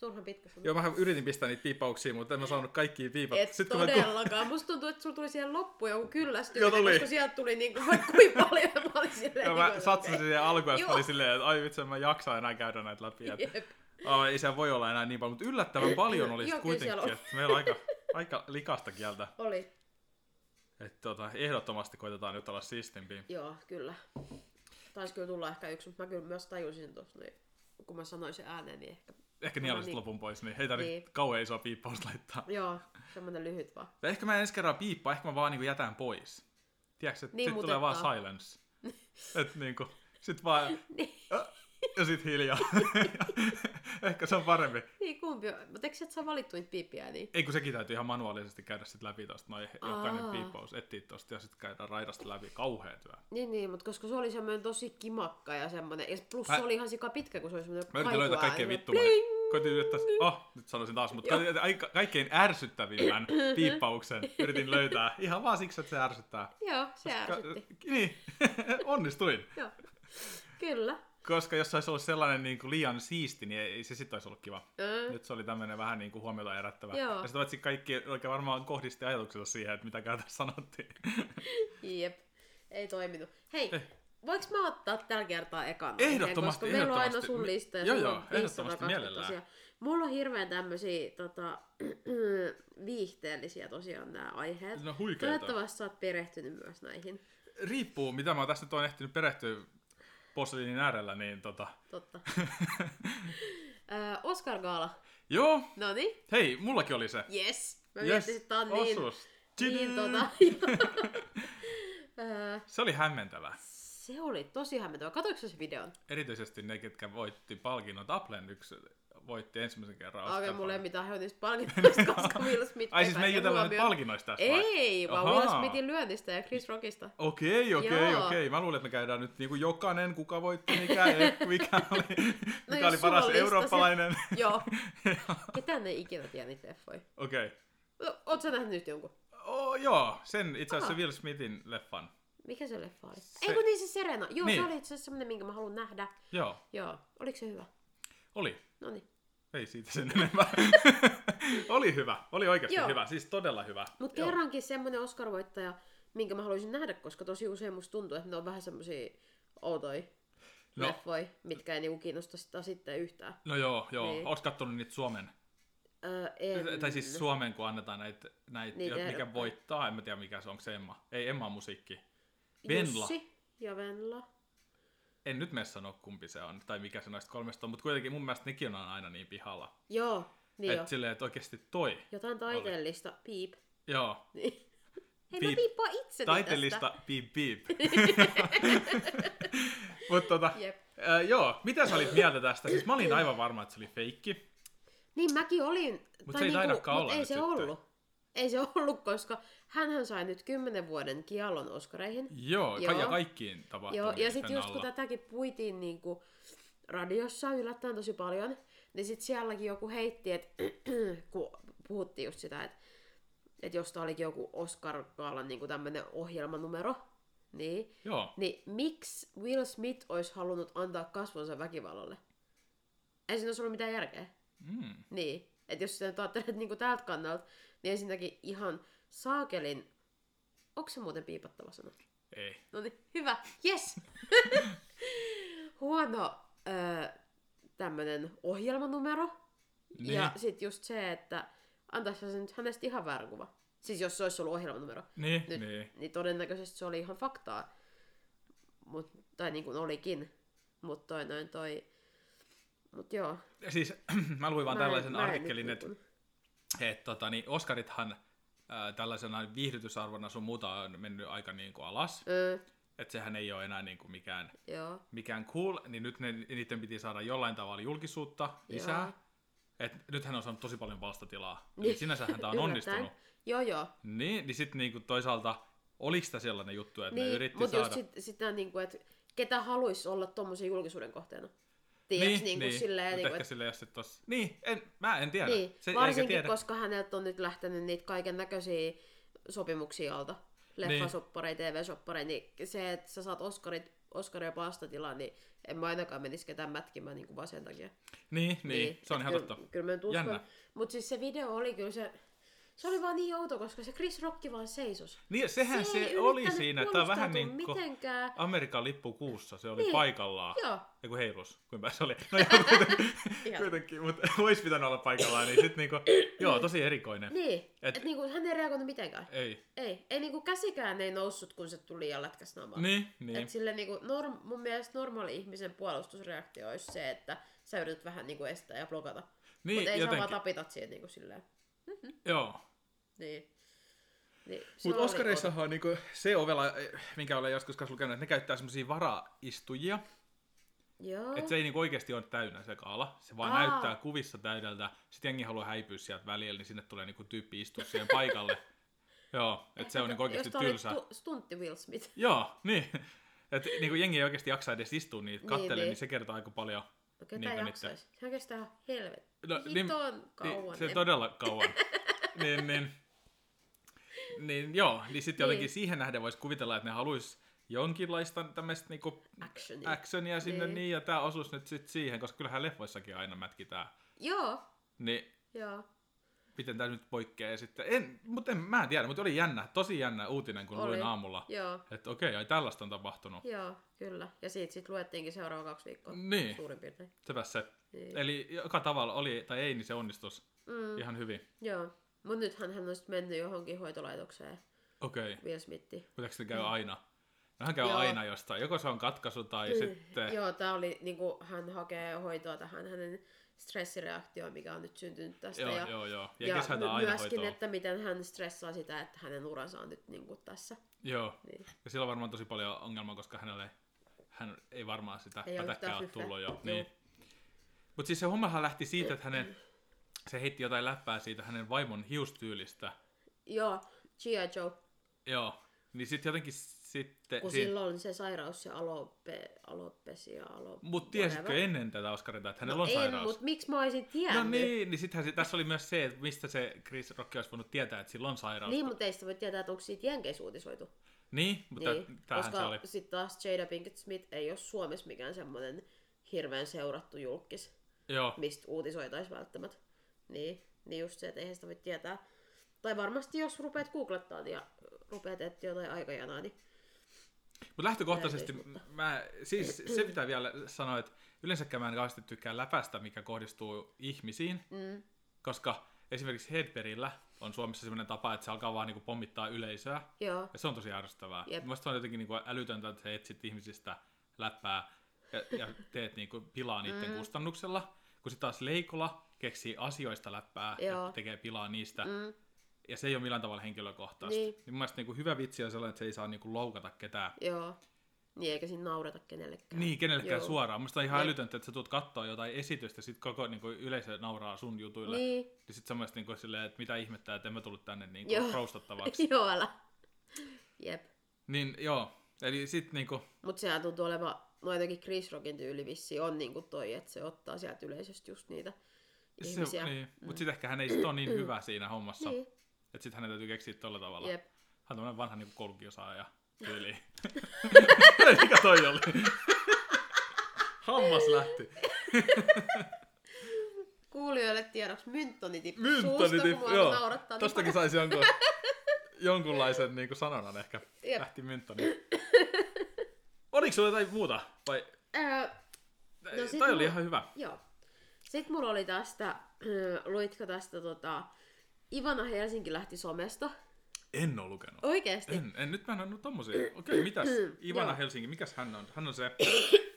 S1: Turhan pitkä sana.
S2: Joo, mä yritin pistää niitä piipauksia, mutta en mä saanut kaikkia piipat.
S1: Et
S2: Sitten kun mä ku-
S1: todellakaan. Musta tuntuu, että sulla tuli siihen loppuun joku kyllästyminen,
S2: Joo, tuli.
S1: koska sieltä tuli niinku [LAUGHS] vaikka kuinka paljon. ja Mä olin silleen,
S2: [LAUGHS] Joo,
S1: niinku,
S2: mä
S1: että
S2: satsasin
S1: okei.
S2: siihen alkuun, ja sit mä
S1: Joo.
S2: olin silleen, että ai vitsi, en mä jaksa enää käydä näitä läpi. Että,
S1: Jep.
S2: ai, ei se voi olla enää niin paljon, mutta yllättävän paljon oli
S1: Joo,
S2: sit
S1: kyllä
S2: kuitenkin.
S1: siellä
S2: Että meillä on aika, aika likasta kieltä.
S1: Oli.
S2: Että tota, ehdottomasti koitetaan nyt olla siistimpiä.
S1: Joo, kyllä. Taisi kyllä tulla ehkä yksi, mutta mä kyllä myös tajusin sen tuossa, niin kun mä sanoin sen ääneen, niin ehkä.
S2: Ehkä
S1: No
S2: nieluisit
S1: niin.
S2: lopun pois, niin ei tarvitse
S1: Niin.
S2: kauhean isoa piippausta laittaa.
S1: Joo, semmonen lyhyt vaan.
S2: Tai ehkä mä en ensi kerran piippaa, ehkä mä vaan niinku jätän pois. Tiedätkö, että
S1: Niin,
S2: niin, sit tulee vaan
S1: mutettaa.
S2: silence. Et niinku, sit vaan,
S1: [LAUGHS] Niin.
S2: ja sit hiljaa. [LAUGHS] Ehkä se on parempi.
S1: Niin kumpi on? Mutta eikö sieltä saa valittu niitä piippiä niin?
S2: Ei kun sekin täytyy ihan manuaalisesti käydä sit läpi tosta noin jokainen
S1: Aa.
S2: piippaus, etsiä tosta ja sitten käydään raidasta läpi. Kauhea työ.
S1: Niin, niin, mutta koska se oli semmoinen tosi kimakka ja semmoinen. Ja plus
S2: Mä-
S1: se oli ihan sika pitkä, kun se oli semmoinen
S2: Mä yritin löytää kaikkein vittumainen. Koitin yrittää, oh, nyt sanoisin taas, mutta
S1: Joo.
S2: koitin- ai- ka- kaikkein ärsyttävimmän
S1: [LAUGHS]
S2: piippauksen yritin löytää. Ihan vaan siksi, että se ärsyttää.
S1: Joo, se ärsytti.
S2: Ka- [LAUGHS] niin, onnistuin.
S1: Joo. Kyllä.
S2: Koska jos se olisi ollut sellainen niin kuin liian siisti, niin ei se sitten olisi ollut kiva.
S1: Ö.
S2: Nyt se oli tämmöinen vähän niin kuin huomiota herättävä.
S1: Mm. Joo.
S2: Ja sitten paitsi kaikki oikein varmaan kohdisti ajatuksensa siihen, että mitä tässä sanottiin. [LAUGHS]
S1: Jep. Ei toiminut. Hei,
S2: Eh.
S1: voiks mä ottaa tällä kertaa ekan?
S2: Ehdottomasti,
S1: Koska meillä on aina
S2: ehdottomasti.
S1: sun
S2: Mi-
S1: lista ja
S2: joo,
S1: sulla
S2: joo,
S1: on
S2: ehdottomasti
S1: 520
S2: mielellään.
S1: asiaa. Mulla on hirveän tämmösiä tota, [CLEARS THROAT] viihteellisiä tosiaan nämä aiheet.
S2: No huikeeta.
S1: Toivottavasti sä oot perehtynyt myös näihin.
S2: Riippuu, mitä mä oon tässä nyt on ehtinyt perehtyä posliinin äärellä, niin tota... [LAUGHS]
S1: Totta. Ö, Oscar Gaala.
S2: Joo,
S1: No niin,
S2: hei, mullakin oli se.
S1: yes. Mä
S2: Jes,
S1: mietin, että tää on niin,
S2: osuus.
S1: niin tota, [LAUGHS]
S2: [LAUGHS]
S1: Ö,
S2: Se oli hämmentävää.
S1: se oli tosi hämmentävä. Katoitko sä sen videon?
S2: Erityisesti ne, ketkä voitti palkinnot. Applen yksi voitti ensimmäisen kerran.
S1: Okei, okay,
S2: Oscar-palkinnon.
S1: mulla ei mitään hönistä palkintoista, [LAUGHS] koska
S2: [LAUGHS]
S1: Will Smith
S2: Ai siis me ei
S1: vetäisi
S2: jutella
S1: huomioon.
S2: nyt palkinnoista tässä vai?
S1: Ei, vaan Will
S2: Ahaa.
S1: Smithin lyönnistä ja Chris
S2: [LAUGHS]
S1: Rockista.
S2: Okei, okei,
S1: Joo.
S2: okei. Mä luulen, että me käydään nyt niinku jokainen, kuka voitti,
S1: [LAUGHS]
S2: mikä, ei, mikä oli,
S1: No
S2: mikä
S1: jos
S2: oli
S1: sulla
S2: paras
S1: on lista
S2: eurooppalainen. [LAUGHS]
S1: Joo. Ketään ei ikinä tiedä niitä leffoja.
S2: Okei.
S1: No, Oot sä nähnyt nyt jonkun?
S2: Oh, joo, sen itse asiassa
S1: Aha.
S2: Will Smithin leffan.
S1: Mikä se leffa oli?
S2: Se-
S1: Ei kun niin se Serena. Joo,
S2: Niin.
S1: se oli itse asiassa semmonen, minkä mä haluan nähdä.
S2: Joo,
S1: Joo. Oliko se hyvä? No niin.
S2: oli.
S1: Noniin.
S2: Ei siitä sen
S1: [LAUGHS]
S2: enempää. oli hyvä, oli oikeasti
S1: Joo.
S2: hyvä, siis todella hyvä.
S1: Mut
S2: Joo.
S1: kerrankin semmonen Oscar-voittaja, minkä mä haluaisin nähdä, koska tosi usein musta tuntuu, että ne on vähän semmosia outoja
S2: No.
S1: no. leffoja, mitkä ei niinku kiinnosta sitä sitten yhtään.
S2: No joo, joo. Niin.
S1: Niin.
S2: Oot kattonut niitä Suomen?
S1: Öö, en...
S2: Tai siis Suomen, kun annetaan näitä, näit,
S1: Niitä
S2: mikä
S1: ehdokkaita.
S2: voittaa. En mä tiedä, mikä se on, onko se Emma? Ei, Emma on musiikki. Venla.
S1: Jussi ja Venla.
S2: En nyt mene sanoa, kumpi se on, tai mikä se näistä kolmesta on, mutta kuitenkin mun mielestä nekin on aina niin pihalla.
S1: Joo, niin
S2: Niin
S1: jo.
S2: että silleen, että oikeasti toi.
S1: Jotain taiteellista. Piip.
S2: Joo.
S1: Niin. Hei,
S2: Piip.
S1: mä piippaan itseni
S2: Taiteellista piip
S1: [LAUGHS]
S2: piip. Mutta tota,
S1: tästä. Jep.
S2: äh, joo, mitä sä olit mieltä tästä? Siis mä olin aivan varma, että se oli feikki.
S1: Niin mäkin olin.
S2: Mut
S1: tai niinku,
S2: se ei taidakaan
S1: mut
S2: olla
S1: ei
S2: nyt
S1: se
S2: sitten.
S1: ollut. Ei se [LAUGHS] ollut, koska hänhän sai nyt 10 vuoden kiallon oskareihin.
S2: Joo, joo. ja
S1: Joo.
S2: kaikkiin tapahtumiin
S1: Joo, ja sitten
S2: sen
S1: just kun
S2: alla.
S1: tätäkin puitiin niin kuin radiossa yllättäen tosi paljon, niin sitten sielläkin joku heitti, [CLEARS THROAT] että kun puhuttiin just sitä, että, että jos tää olikin joku Oscar Kaalan niin tämmöinen ohjelmanumero, niin
S2: Joo,
S1: Niin miksi Will Smith olisi halunnut antaa kasvonsa väkivallalle? Ei siinä olisi ollut mitään järkeä.
S2: mm.
S1: Niin. Että jos sitä nyt ajattelet niin kuin täältä kannalta, niin ensinnäkin ihan saakelin... Onko se muuten piipattava sana?
S2: ei.
S1: No niin, hyvä. Yes. [LAUGHS] Huono öö, tämmönen ohjelmanumero.
S2: Niin.
S1: Niin. Ja sit just se, että antaisi se nyt hänestä ihan väärän kuva. Siis jos se olisi ollut ohjelmanumero
S2: Niin,
S1: nyt,
S2: niin.
S1: niin. niin todennäköisesti se oli ihan faktaa. Mut, tai niin kuin olikin. Mutta toi noin toi... Mut joo.
S2: Ja Siis [CLEARS THROAT] mä luin vaan
S1: Mä en-
S2: tällaisen
S1: mä en
S2: artikkelin,
S1: nyt
S2: että
S1: niinku-
S2: et, tota, niin Oscarithan ää, tällaisena viihdytysarvona sun muuta on mennyt aika niin kuin alas.
S1: Ö,
S2: Että sehän ei ole enää niin kuin mikään
S1: joo.
S2: mikään cool, niin nyt ne, niiden piti saada jollain tavalla julkisuutta lisää.
S1: Joo.
S2: Et nythän on saanut tosi paljon vastatilaa. Niin.
S1: Niin.
S2: Sinänsähän tämä
S1: [LAUGHS]
S2: on
S1: Yllättäen.
S2: onnistunut.
S1: Joo, joo.
S2: Niin, niin sitten niinku toisaalta, oliko sitä sellainen juttu, että niin, ne
S1: Niin,
S2: yritti
S1: mutta
S2: saada...
S1: just
S2: Sit...
S1: sit, sitä, niinku, että ketä haluaisi olla tuommoisen julkisuuden kohteena. Tiedätkö, niin, niinku, niin, silleen,
S2: Mut
S1: niinku,
S2: ehkä
S1: että,
S2: silleen, jos sit tos... Niin, en, mä en tiedä.
S1: niin,
S2: Se,
S1: varsinkin,
S2: eikä tiedä.
S1: koska häneltä on nyt lähtenyt niitä kaiken näköisiä sopimuksia alta. Leffasoppareita, TV-soppareita, niin se, että sä saat Oscarit, Oscaria pastatila, niin en mä ainakaan menisi ketään mätkimään niin kuin vaan sen takia.
S2: Niin, niin, niin, se on
S1: et
S2: ihan totta.
S1: Kyllä, kyllä mä nyt
S2: Jännä.
S1: uskon. Mutta siis se video oli kyllä se, se oli vaan niin outo, koska se Chris Rock vaan seisos.
S2: Niin, sehän se,
S1: Se ei
S2: se oli
S1: yrittänyt
S2: siinä, että tää on vähän niin
S1: puolustautua
S2: kuin
S1: mitenkään.
S2: Amerikan lippu kuussa, se oli niin.
S1: Niin.
S2: paikallaan.
S1: Joo,
S2: Eiku heilus, kuinka se oli. No joo, [LAUGHS] kuitenkin,
S1: Ihan.
S2: kuitenkin [LAUGHS] mutta olisi pitänyt olla paikallaan, niin sitten niinku, joo, tosi erikoinen.
S1: niin.
S2: Et-
S1: Et, et niinku, hän ei reagoinut mitenkään.
S2: Ei.
S1: Ei, ei niinku käsikään ei noussut, kun se tuli ja lätkäs naamaa.
S2: Niin, niin.
S1: Et sille niinku, norm, mun mielestä normaali ihmisen puolustusreaktio olisi se, että sä yrität vähän niinku estää ja blokata.
S2: niin,
S1: Mutta ei sä vaan
S2: jotenkin.
S1: tapitat siihen niinku silleen.
S2: Joo.
S1: Niin. niin se
S2: Mutta
S1: oli
S2: Oscareissahan on niinku se ovela, eh, minkä olen joskus kanssa lukenut, että ne käyttää semmoisia varaistujia.
S1: Joo.
S2: Että se ei niinku oikeasti ole täynnä se kaala. Se vaan
S1: Aa.
S2: Aa. näyttää kuvissa täydeltä. Sitten jengi haluaa häipyä sieltä välillä, niin sinne tulee niinku tyyppi istua siihen
S1: [LAUGHS]
S2: paikalle. Joo, että se on niinku oikeasti
S1: Jos tää oli
S2: tylsä.
S1: stu- stuntti Will Smith.
S2: Joo, niin. Että niinku jengi ei oikeasti jaksa edes istua niitä
S1: Niin,
S2: kattele, niin,
S1: niin.
S2: niin se kertoo aika paljon.
S1: No ketä
S2: Niinpä
S1: jaksaisi? Sehän kestää ihan helvet.
S2: No, niin-
S1: Hiton
S2: Niin,
S1: kauan.
S2: se todella kauan. [LAUGHS] niin, niin, niin joo, niin sitten jotenkin
S1: Niin.
S2: siihen nähden voisi kuvitella, että ne haluaisi jonkinlaista tämmöistä niinku
S1: Actionia.
S2: actionia sinne,
S1: Niin.
S2: niin, ja tämä osuisi nyt sitten siihen, koska kyllähän leffoissakin aina mätkitään.
S1: Joo,
S2: Niin
S1: joo.
S2: miten tämä nyt poikkeaa sitten. En, mutta en, mä en tiedä, mutta oli jännä, tosi jännä uutinen, kun
S1: Oli.
S2: luin aamulla.
S1: Joo,
S2: Että okei, ai tällaista on tapahtunut.
S1: joo, kyllä. Ja siitä sitten luettiinkin seuraava kaksi viikkoa.
S2: Niin.
S1: Suurin piirtein.
S2: Sepä se.
S1: Niin.
S2: Eli joka tavalla oli tai ei, niin se onnistus
S1: Mm,
S2: ihan hyvin.
S1: joo. Mut nythän hän on sitten mennyt johonkin hoitolaitokseen,
S2: Okei. Okay.
S1: Will Smith.
S2: Pitääkö se käy aina? No hän käy
S1: Mm. Joo. Mm.
S2: aina jostain. Joko se on katkaisu tai sitten...
S1: Joo, tää oli niinku, hän hakee hoitoa tähän hänen stressireaktioon, mikä on nyt syntynyt tästä.
S2: Joo,
S1: ja,
S2: joo, joo. Ja,
S1: ja
S2: kesän
S1: my-
S2: aina
S1: myöskin,
S2: hoitoa.
S1: että miten hän stressaa sitä, että hänen uransa on nyt niinku tässä.
S2: Joo.
S1: Niin.
S2: Ja sillä on varmaan tosi paljon ongelmaa, koska hänelle ei- hän ei varmaan sitä
S1: Ei
S2: ei
S1: ole
S2: pätäkkää
S1: yhtään
S2: ole
S1: fyffeä.
S2: tullut jo.
S1: Joo.
S2: Niin. Mutta siis se hommahan lähti siitä, että hänen, se heitti jotain läppää siitä hänen vaimon hiustyylistä.
S1: Joo, G.I. Joe.
S2: Joo. Niin sitten jotenkin sitten...
S1: Kun sillä on se sairaus, se alope, alopesi ja alo...
S2: Mutta tiesitkö
S1: whatever.
S2: ennen tätä Oscarita, että hänellä
S1: no
S2: on sairaus?
S1: en, mutta miksi mä olisin
S2: No
S1: tiennyt?
S2: niin, niin sittenhän se, tässä oli myös se, että mistä se Chris Rock olisi voinut tietää, että sillä on sairaus.
S1: Niin, mutta ei sitä voi tietää, että onko siitä Jenkeissä uutisoitu.
S2: niin mutta
S1: niin,
S2: tämähän se oli.
S1: koska sitten taas Jada Pinkett Smith ei ole Suomessa mikään semmoinen hirveän seurattu julkis,
S2: Joo,
S1: mistä uutisoitaisiin välttämättä. Niin, niin just se, että eihän sitä voi tietää. Tai varmasti jos rupeat googlettaa ja rupeat etsiä jotain aikajanaa, niin
S2: mutta lähtökohtaisesti
S1: Täytyisi, mutta-
S2: mä, siis se pitää vielä sanoa, että yleensäkään mä en kauheasti tykkää läpästä, mikä kohdistuu ihmisiin,
S1: mm,
S2: koska esimerkiksi Headberillä on Suomessa sellainen tapa, että se alkaa vaan niinku pommittaa yleisöä,
S1: joo.
S2: ja se on tosi ärsyttävää.
S1: Jep.
S2: Yep. Mielestäni on jotenkin niinku älytöntä, että sä etsit ihmisistä läppää ja, ja teet niinku pilaa niiden
S1: Mm.
S2: mm. kustannuksella, kun sitten taas Leikola keksii asioista läppää
S1: Joo.
S2: ja tekee pilaa niistä.
S1: Mm,
S2: ja se ei ole millään tavalla henkilökohtaista.
S1: Niin.
S2: Niin. Mun mielestä niin hyvä vitsi on sellainen, että se ei saa niin kuin, loukata ketään.
S1: joo. Niin, eikä siinä naureta kenellekään.
S2: Niin, kenellekään
S1: Joo.
S2: Joo. suoraan. Musta on ihan
S1: Jep.
S2: älytöntä, että sä tuut katsoa jotain esitystä, sit koko niin kuin, yleisö nauraa sun jutuille. Niin.
S1: Niin.
S2: Ja sit semmoista niin kuin, silleen, että mitä ihmettä, että en mä tullut tänne niin
S1: Joo. [LAUGHS]
S2: kuin, roustattavaksi.
S1: joo, älä. Jep.
S2: niin, joo. Eli sit niin kuin,
S1: Mutta sehän tuntuu olevan, no jotenkin Chris Rockin tyyli vissi on niinku toi, että se ottaa sieltä yleisöstä just niitä
S2: se,
S1: ihmisiä.
S2: niin. Mm. Mut sit ehkä hän ei sit
S1: [CLEARS THROAT]
S2: ole niin hyvä siinä hommassa. Niin.
S1: niin.
S2: Että sit hänen täytyy keksiä tolla tavalla. Hän
S1: Jep.
S2: on tämmönen vanha niin
S1: [LAUGHS]
S2: koulukiosaaja [LAUGHS] tyyli. Mikä toi oli? [LAUGHS] Hammas lähti.
S1: Kuulijoille tiedoksi Myntoni tippui suusta,
S2: Myntoni
S1: kun
S2: tippu,
S1: mua
S2: joo.
S1: naurattaa. niin
S2: Tostakin saisi jonkun,
S1: [LAUGHS]
S2: jonkunlaisen niin kuin sanonan ehkä.
S1: Jep.
S2: Lähti Myntoni. Oliko sulla jotain muuta? Vai?
S1: Öö, No
S2: No,
S1: sit
S2: toi
S1: mulla-
S2: oli ihan hyvä.
S1: joo. Sitten mulla oli tästä, öö, luitko tästä tota, Ivana Helsinki lähti somesta.
S2: En ole lukenut.
S1: Oikeesti.
S2: En, en, nyt mä en annut tommosia.
S1: [CLEARS THROAT]
S2: Okei, okay, mitäs? Ivana
S1: Joo.
S2: Helsinki, mikäs hän on? Hän
S1: [CLEARS THROAT]
S2: on se,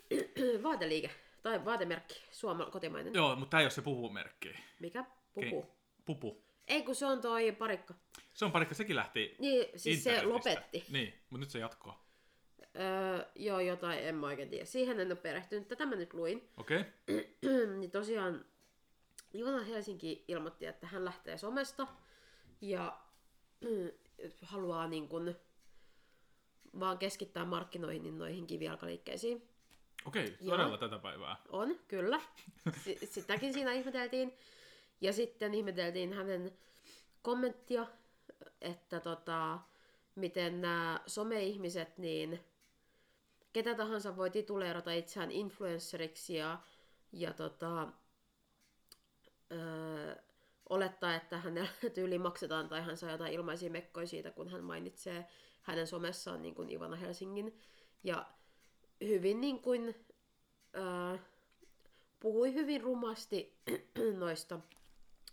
S1: [CLEARS THROAT] Vaateliike. Tai vaatemerkki. Suoma kotimainen.
S2: joo, mutta tää ei ole se pupumerkki.
S1: Mikä? Pupu.
S2: Okei. Pupu.
S1: Ei kun se on toi parikka.
S2: Se on parikka, sekin lähti
S1: Niin, siis se
S2: internetistä.
S1: lopetti.
S2: Niin, mutta nyt se jatkoa.
S1: Öö, joo, jotain, en mä oikein tiedä. Siihen en ole perehtynyt. Tätä mä nyt luin.
S2: Okei, okay.
S1: [CLEARS THROAT] niin tosiaan Joona Helsinki ilmoitti, että hän lähtee somesta ja [CLEARS THROAT] haluaa niin kun vaan keskittää markkinoihin niin noihin kivijalkaliikkeisiin.
S2: okei, okay,
S1: Joo.
S2: todella tätä päivää.
S1: On, kyllä. S- sitäkin siinä ihmeteltiin. Ja sitten ihmeteltiin hänen kommenttia, että tota, miten nämä someihmiset, niin ketä tahansa voi tituleerata itseään influenceriksi ja, ja tota, öö, olettaa, että hänellä [LAUGHS] tyyli maksetaan tai hän saa jotain ilmaisia mekkoja siitä, kun hän mainitsee hänen somessaan niin kuin Ivana Helsingin. Ja hyvin niin kuin, öö, puhui hyvin rumasti [CLEARS THROAT] noista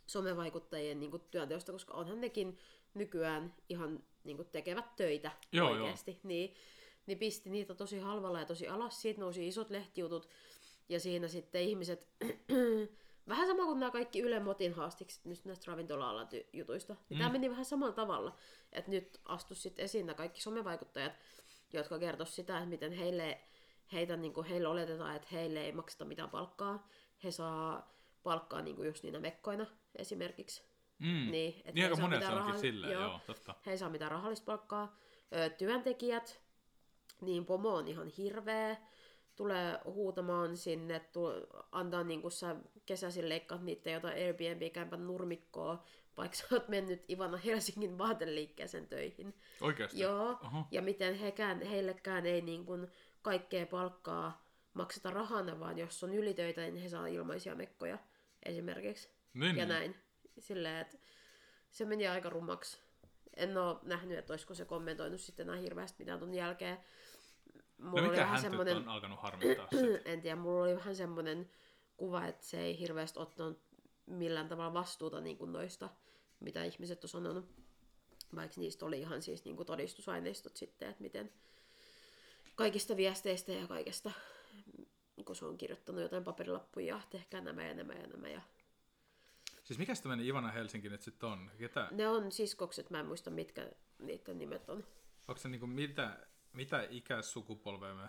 S1: somevaikuttajien niin kuin, työnteosta, koska onhan nekin nykyään ihan niin kuin, tekevät töitä
S2: Joo, joo.
S1: oikeasti. Niin, niin pisti niitä tosi halvalla ja tosi alas. Siitä nousi isot lehtijutut ja siinä sitten ihmiset, [CLEARS THROAT] vähän sama kuin nämä kaikki Yle Motin haastikset nyt näistä ravintola jutuista. Niin Tämä
S2: Mm.
S1: meni vähän samalla tavalla, että nyt astu sitten esiin nämä kaikki somevaikuttajat, jotka kertoisivat sitä, että miten heille heitä, niin kuin heillä oletetaan, että heille ei makseta mitään palkkaa. He saa palkkaa niin kuin just niinä mekkoina esimerkiksi.
S2: Mm.
S1: Niin, että
S2: niin
S1: ei
S2: aika
S1: saa
S2: monet
S1: mitään
S2: sanokin
S1: rahaa-
S2: silleen, joo.
S1: joo.
S2: joo, totta.
S1: He ei saa mitään rahallista palkkaa. Ö, työntekijät, niin pomo on ihan hirveä. Tulee huutamaan sinne, tu- antaa niin kuin sä kesäisin leikkaat niitä jotain Airbnb-kämpän nurmikkoa, vaikka sä oot mennyt Ivana Helsingin vaateliikkeeseen töihin.
S2: Oikeasti?
S1: Joo,
S2: Oho.
S1: ja miten hekään, heillekään ei niin kuin kaikkea palkkaa makseta rahana, vaan jos on ylitöitä, niin he saa ilmaisia mekkoja esimerkiksi.
S2: Niin,
S1: Ja
S2: niin.
S1: näin. Silleen, että se meni aika rumaksi. En ole nähnyt, että olisiko se kommentoinut sitten enää hirveästi mitään ton jälkeen. Mulla
S2: No
S1: oli
S2: mikä
S1: vähän
S2: hän semmonen...
S1: semmoinen,
S2: on alkanut harmittaa
S1: [CLEARS THROAT]
S2: sit?
S1: en tiedä, mulla oli vähän semmoinen kuva, että se ei hirveästi ottanut millään tavalla vastuuta niin kuin noista, mitä ihmiset on sanonut. Vaikka niistä oli ihan siis niin kuin todistusaineistot sitten, että miten kaikista viesteistä ja kaikesta, kun se on kirjoittanut jotain paperilappuja, tehkää nämä ja nämä ja nämä ja
S2: Siis mikä tämmönen Ivana Helsinki nyt sit on? Ketä?
S1: Ne on siskokset, mä en muista mitkä niiden nimet on.
S2: Onko se niinku mitä, mitä ikäsukupolvea me?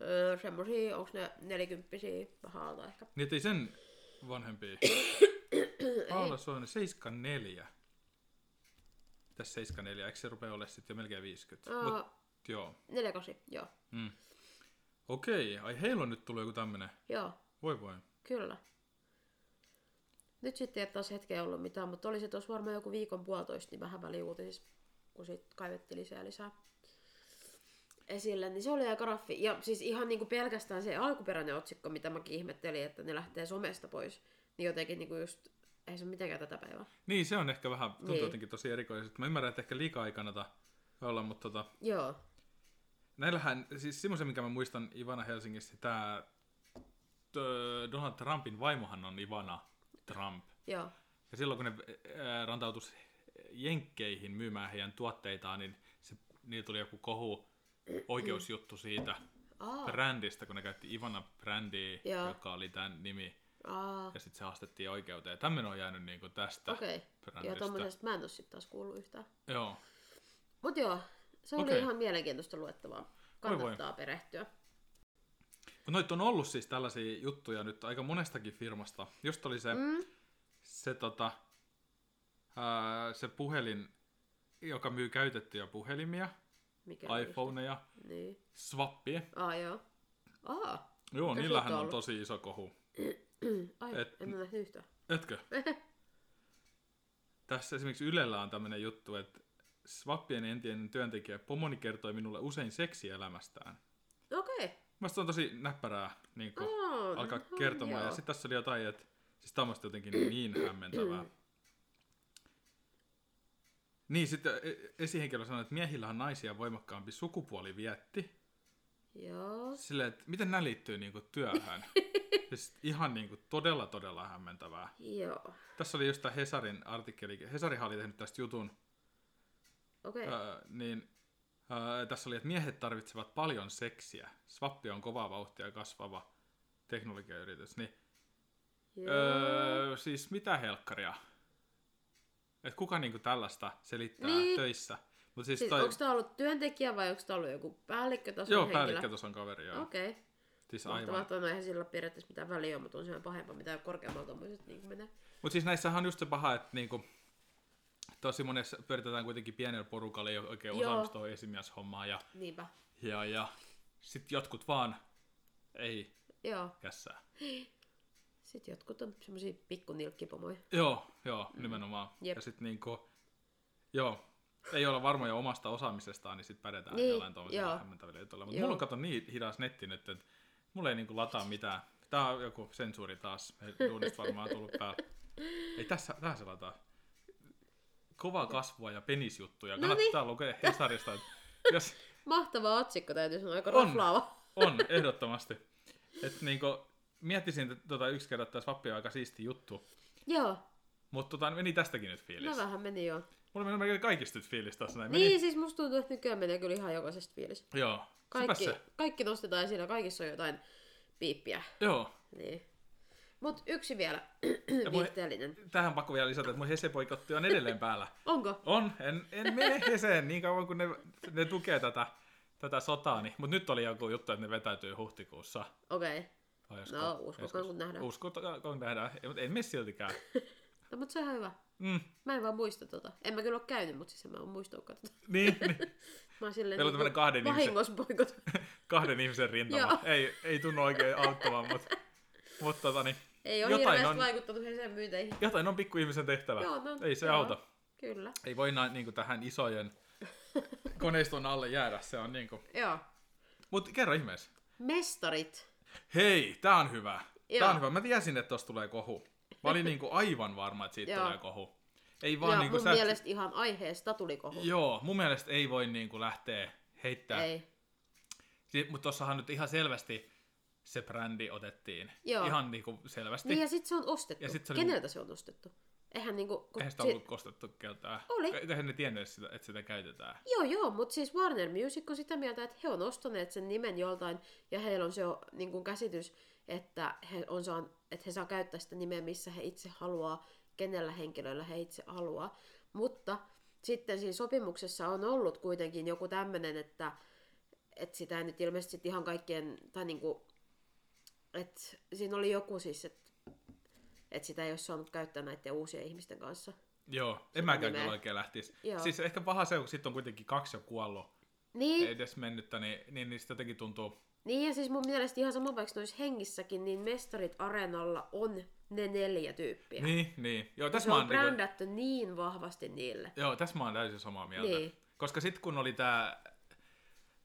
S1: Öö, semmosia, onks ne nelikymppisiä, vähän alta ehkä.
S2: Niin ettei sen
S1: [CLEARS THROAT]
S2: vanhempia. Paula Suonen, 74. Mitäs 74? Eikö se rupea olemaan sit jo melkein 50?
S1: Aa.
S2: Mut, joo.
S1: 48, joo.
S2: Mm. Okei, ai heillä on nyt tullut joku tämmönen.
S1: Joo,
S2: Voi voi.
S1: kyllä. Nyt sitten ei taas hetkeä ollut mitään, mutta oli se tuossa varmaan joku viikon puolitoista, niin vähän väliuutisissa, kun siitä kaivettiin lisää lisää esille, niin se oli aika raffi. Ja siis ihan niinku pelkästään se alkuperäinen otsikko, mitä mäkin ihmettelin, että ne lähtee somesta pois, niin jotenkin niinku just, ei se ole mitenkään tätä päivää.
S2: Niin, se on ehkä vähän, tuntuu
S1: Niin.
S2: jotenkin tosi erikoiselta. Mä ymmärrän, että ehkä liikaa ei kannata olla, mutta tota,
S1: Joo,
S2: näillähän, siis semmoisen, minkä mä muistan Ivana Helsingissä, tämä Donald Trumpin vaimohan on Ivana Trump.
S1: joo,
S2: Ja silloin kun ne ää, rantautus jenkkeihin myymään heidän tuotteitaan, niin se, niillä tuli joku kohu oikeusjuttu siitä
S1: Aa.
S2: brändistä, kun ne käytti Ivana brändiä,
S1: Joo.
S2: joka oli tämän nimi,
S1: aa,
S2: ja sitten se haastettiin oikeuteen. Tämmöinen on jäänyt niinku tästä
S1: okei. Joo,
S2: brändistä.
S1: tommosesta mä en oo sit taas kuullut yhtään.
S2: Joo.
S1: Mut joo, se oli
S2: Okei.
S1: ihan mielenkiintoista luettavaa.
S2: voi.
S1: Kannattaa perehtyä.
S2: Mut noit on ollut siis tällaisia juttuja nyt aika monestakin firmasta. Just oli se,
S1: Mm,
S2: se, tota, ää, se puhelin, joka myy käytettyjä puhelimia,
S1: mikä oli
S2: iPhoneja,
S1: just- Niin.
S2: swappia.
S1: Aa, joo. Aa, [CLEARS THROAT]
S2: Joo,
S1: Mikä
S2: niillähän
S1: siitä on
S2: on
S1: ollut?
S2: tosi iso kohu.
S1: ai,
S2: Et-
S1: Et... en ole nähnyt yhtään. [LAUGHS]
S2: Etkö? Tässä esimerkiksi Ylellä on tämmöinen juttu, että swappien entinen työntekijä Pomoni kertoi minulle usein seksielämästään.
S1: Okei.
S2: Mielestäni se on tosi näppärää niin kun
S1: Aa,
S2: alkaa
S1: no,
S2: kertomaan. Ja
S1: joo.
S2: sitten tässä oli jotain, että siis tämä on musta jotenkin niin hämmentävää. Niin, sitten e- esihenkilö sanoi, että miehillä on naisia voimakkaampi sukupuoli vietti.
S1: Joo.
S2: Silleen, että miten nämä liittyy niin kuin työhön? siis ihan niin kuin todella, todella hämmentävää.
S1: Joo.
S2: Tässä oli just tämä Hesarin artikkeli. Hesarihan oli tehnyt tästä jutun,
S1: Okei.
S2: öö, niin öö, tässä oli, että miehet tarvitsevat paljon seksiä. Swappi on kovaa vauhtia kasvava teknologiayritys. Niin,
S1: Joo.
S2: öö, siis mitä helkkaria? Et kuka niinku tällaista selittää
S1: Niin.
S2: töissä? Mutta siis,
S1: Siis
S2: toi,
S1: onko tää ollut työntekijä vai onko tää ollut joku päällikkötason
S2: Joo,
S1: henkilö?
S2: päällikkö tuossa on kaveri, joo.
S1: Okei. Okay.
S2: Siis aivan.
S1: Mahtavaa, että eihän sillä periaatteessa mitään väliä, mutta on se pahempaa, mitä korkeammalla tommoset niin menee.
S2: Mutta siis näissähän on just se paha, että niinku, tosi monessa pyöritetään kuitenkin pienellä porukalla, ei ole oikein
S1: Joo.
S2: osaamista tuohon esimieshommaan ja
S1: Niinpä.
S2: Ja, ja sitten jotkut vaan ei
S1: Joo.
S2: kässää.
S1: Sitten jotkut on semmosia pikkunilkkipomoja.
S2: Joo, joo, mm. nimenomaan.
S1: Jep.
S2: Ja sitten niinku, joo, ei olla varmoja omasta osaamisestaan, niin sitten pärjätään niin,
S1: Niin,
S2: jollain tuollaisella
S1: joo.
S2: hämmentävillä jutuilla. Mutta
S1: Joo.
S2: mulla on kato niin hidas netti nyt, että mulla ei niinku lataa mitään. Tää on joku sensuuri taas, Meillä duunista varmaan tullut päälle. Ei tässä, tässä se lataa. Kovaa kasvua ja penisjuttuja.
S1: No
S2: Kannattaa lukea Hesarista, että jos,
S1: Mahtava otsikko täytyy sanoa, aika
S2: On.
S1: raflaava.
S2: On, ehdottomasti. Et niinku, miettisin, että tota, yksi kerta tämä swappi on aika siisti juttu.
S1: Joo,
S2: Mutta tota, meni tästäkin nyt fiilis.
S1: no vähän meni joo.
S2: Mulla meni melkein kaikista nyt fiilis tässä näin.
S1: Niin, siis musta tuntuu, että nykyään menee kyllä ihan jokaisesta fiilis.
S2: Joo.
S1: Kaikki,
S2: sepä Se.
S1: kaikki nostetaan esille, kaikissa on jotain piippiä.
S2: Joo.
S1: Niin. Mut yksi vielä,
S2: voi-
S1: viihteellinen.
S2: Tähän on pakko vielä lisätä, että mun hesepoikotti on edelleen päällä.
S1: Onko?
S2: On, en, en mene heseen niin kauan kun ne, ne tukee tätä, tätä sotaa, niin, mutta nyt oli joku juttu, että ne vetäytyy huhtikuussa.
S1: Okei. Okay.
S2: Vai josko-
S1: No, uskokoon
S2: joskus.
S1: kun nähdään.
S2: Uskotaan, kun nähdään. Ei, Mutta en mene siltikään.
S1: No, mutta se on ihan hyvä.
S2: Mm,
S1: Mä en vaan muista tota. En mä kyllä ole käynyt, mutta siis en mä oon muistanutkaan tota.
S2: niin, niin,
S1: Mä oon silleen niinku
S2: Meillä on tämmönen kahden ihmisen-
S1: vahingossa boikot.
S2: [LAUGHS] kahden ihmisen rintama.
S1: Joo.
S2: ei, ei tunnu oikein auttavan, mutta, mutta tota, niin,
S1: Ei ole
S2: Jotain
S1: hirveästi
S2: on-
S1: vaikuttanut sen myynteihin.
S2: jotain on pikkuihmisen tehtävä.
S1: Joo, no,
S2: ei se
S1: joo.
S2: auta.
S1: Kyllä.
S2: Ei voi näin, niin tähän isojen koneiston alle jäädä. Se on niin kuin...
S1: Joo.
S2: Mutta kerro ihmeessä.
S1: Mestarit.
S2: Hei, tää on hyvä. Tää
S1: Joo.
S2: on hyvä. Mä tiesin, että tosta tulee kohu. Mä olin niinku aivan varma, että siitä
S1: Joo.
S2: tulee kohu. Ei vaan
S1: Vaan ja
S2: niinku
S1: mun
S2: sä...
S1: mielestä ihan aiheesta tuli kohu.
S2: Joo, mun mielestä ei voi niinku lähteä heittää.
S1: Ei.
S2: Si- Mutta tossahan nyt ihan selvästi se brändi otettiin.
S1: Joo.
S2: Ihan niinku selvästi.
S1: Niin ja sit se on ostettu.
S2: Ja sit se oli-
S1: Keneltä se on ostettu? Eihän niinku... kun
S2: Eihän sitä
S1: si-
S2: ollut kostettu keltään.
S1: Oli.
S2: Eihän ne tiennyt, edes sitä, että sitä käytetään.
S1: Joo, joo, mutta siis Warner Music on sitä mieltä, että he on ostaneet sen nimen joltain ja heillä on se o- niin kuin käsitys, että he, on saan, että he saa käyttää sitä nimeä, missä he itse haluaa, kenellä henkilöllä he itse haluaa. Mutta sitten siinä sopimuksessa on ollut kuitenkin joku tämmöinen, että, että sitä ei nyt ilmeisesti sit ihan kaikkien, tai niin kuin, että siinä oli joku siis, että, että sitä ei ole saanut käyttää näiden uusien ihmisten kanssa.
S2: Joo, en mäkään
S1: nimeä.
S2: kyllä oikein lähtisi.
S1: Joo.
S2: Siis ehkä paha se, kun sitten on kuitenkin kaksi jo kuollut,
S1: Niin,
S2: edes mennyttä, niin, niin niistä jotenkin tuntuu...
S1: Niin ja siis mun mielestä ihan sama vaikka noissa hengissäkin, niin mestarit areenalla on ne neljä tyyppiä. Niin,
S2: Niin, niin. Joo, tässä
S1: se
S2: mä
S1: on
S2: oon niinku-
S1: brändätty niin vahvasti niille.
S2: Joo, tässä mä oon täysin samaa mieltä.
S1: Niin.
S2: Koska sitten kun oli tää...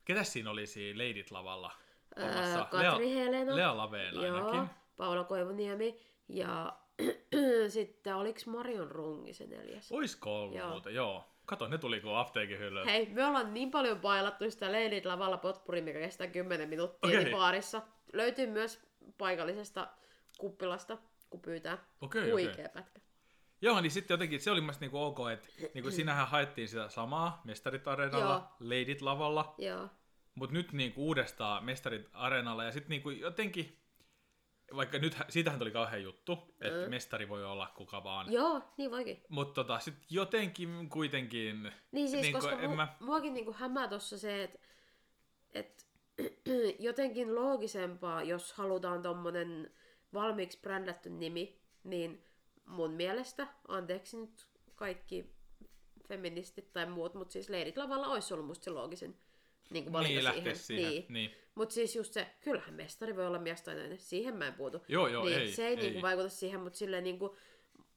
S2: Ketäs siinä oli siinä Leidit lavalla?
S1: Öö,
S2: omassa?
S1: Katri Helena.
S2: Lea Laveen
S1: No, joo,
S2: ainakin.
S1: Paula Koivuniemi ja [CLEARS THROAT] sitten oliks Marion Rungi se neljäs?
S2: Oisko ollut
S1: Joo.
S2: joo. muuten? Joo. Kato, ne tuli kuin apteekin hyllyltä.
S1: Hei, me ollaan niin paljon bailattu sitä Lady Lavalla potpuri, mikä kestää 10 minuuttia
S2: Okei.
S1: okay. baarissa. Löytyy myös paikallisesta kuppilasta, kun pyytää.
S2: Okei,
S1: Huikea
S2: okei.
S1: pätkä.
S2: Joo, niin sitten jotenkin se oli myös niinku ok, että
S1: [CLEARS THROAT]
S2: niinku sinähän haettiin sitä samaa Mestarit
S1: Joo.
S2: Areenalla, Leidit lavalla,
S1: Joo.
S2: mutta nyt niinku uudestaan Mestarit Areenalla ja sitten niinku jotenkin, vaikka nyt siitähän tuli kauhean juttu, että
S1: Mm.
S2: mestari voi olla kuka vaan.
S1: Joo, niin voikin.
S2: Mutta tota, sitten jotenkin kuitenkin...
S1: Niin siis, niin
S2: niinku,
S1: koska
S2: en
S1: mu-
S2: mä...
S1: muakin niinku hämää tuossa se, että et, [CLEARS THROAT] jotenkin loogisempaa, jos halutaan tommonen valmiiksi brändätty nimi, niin mun mielestä, anteeksi nyt kaikki feministit tai muut, mutta siis Leidit lavalla olisi ollut musta se loogisen niin valinta
S2: Niin,
S1: siihen.
S2: lähteä siihen.
S1: Niin.
S2: Niin.
S1: Mutta siis just se, kyllähän mestari voi olla mies tai nainen, siihen mä en puutu.
S2: Joo, joo,
S1: niin,
S2: ei,
S1: se ei,
S2: ei.
S1: Niinku vaikuta siihen, mutta silleen niinku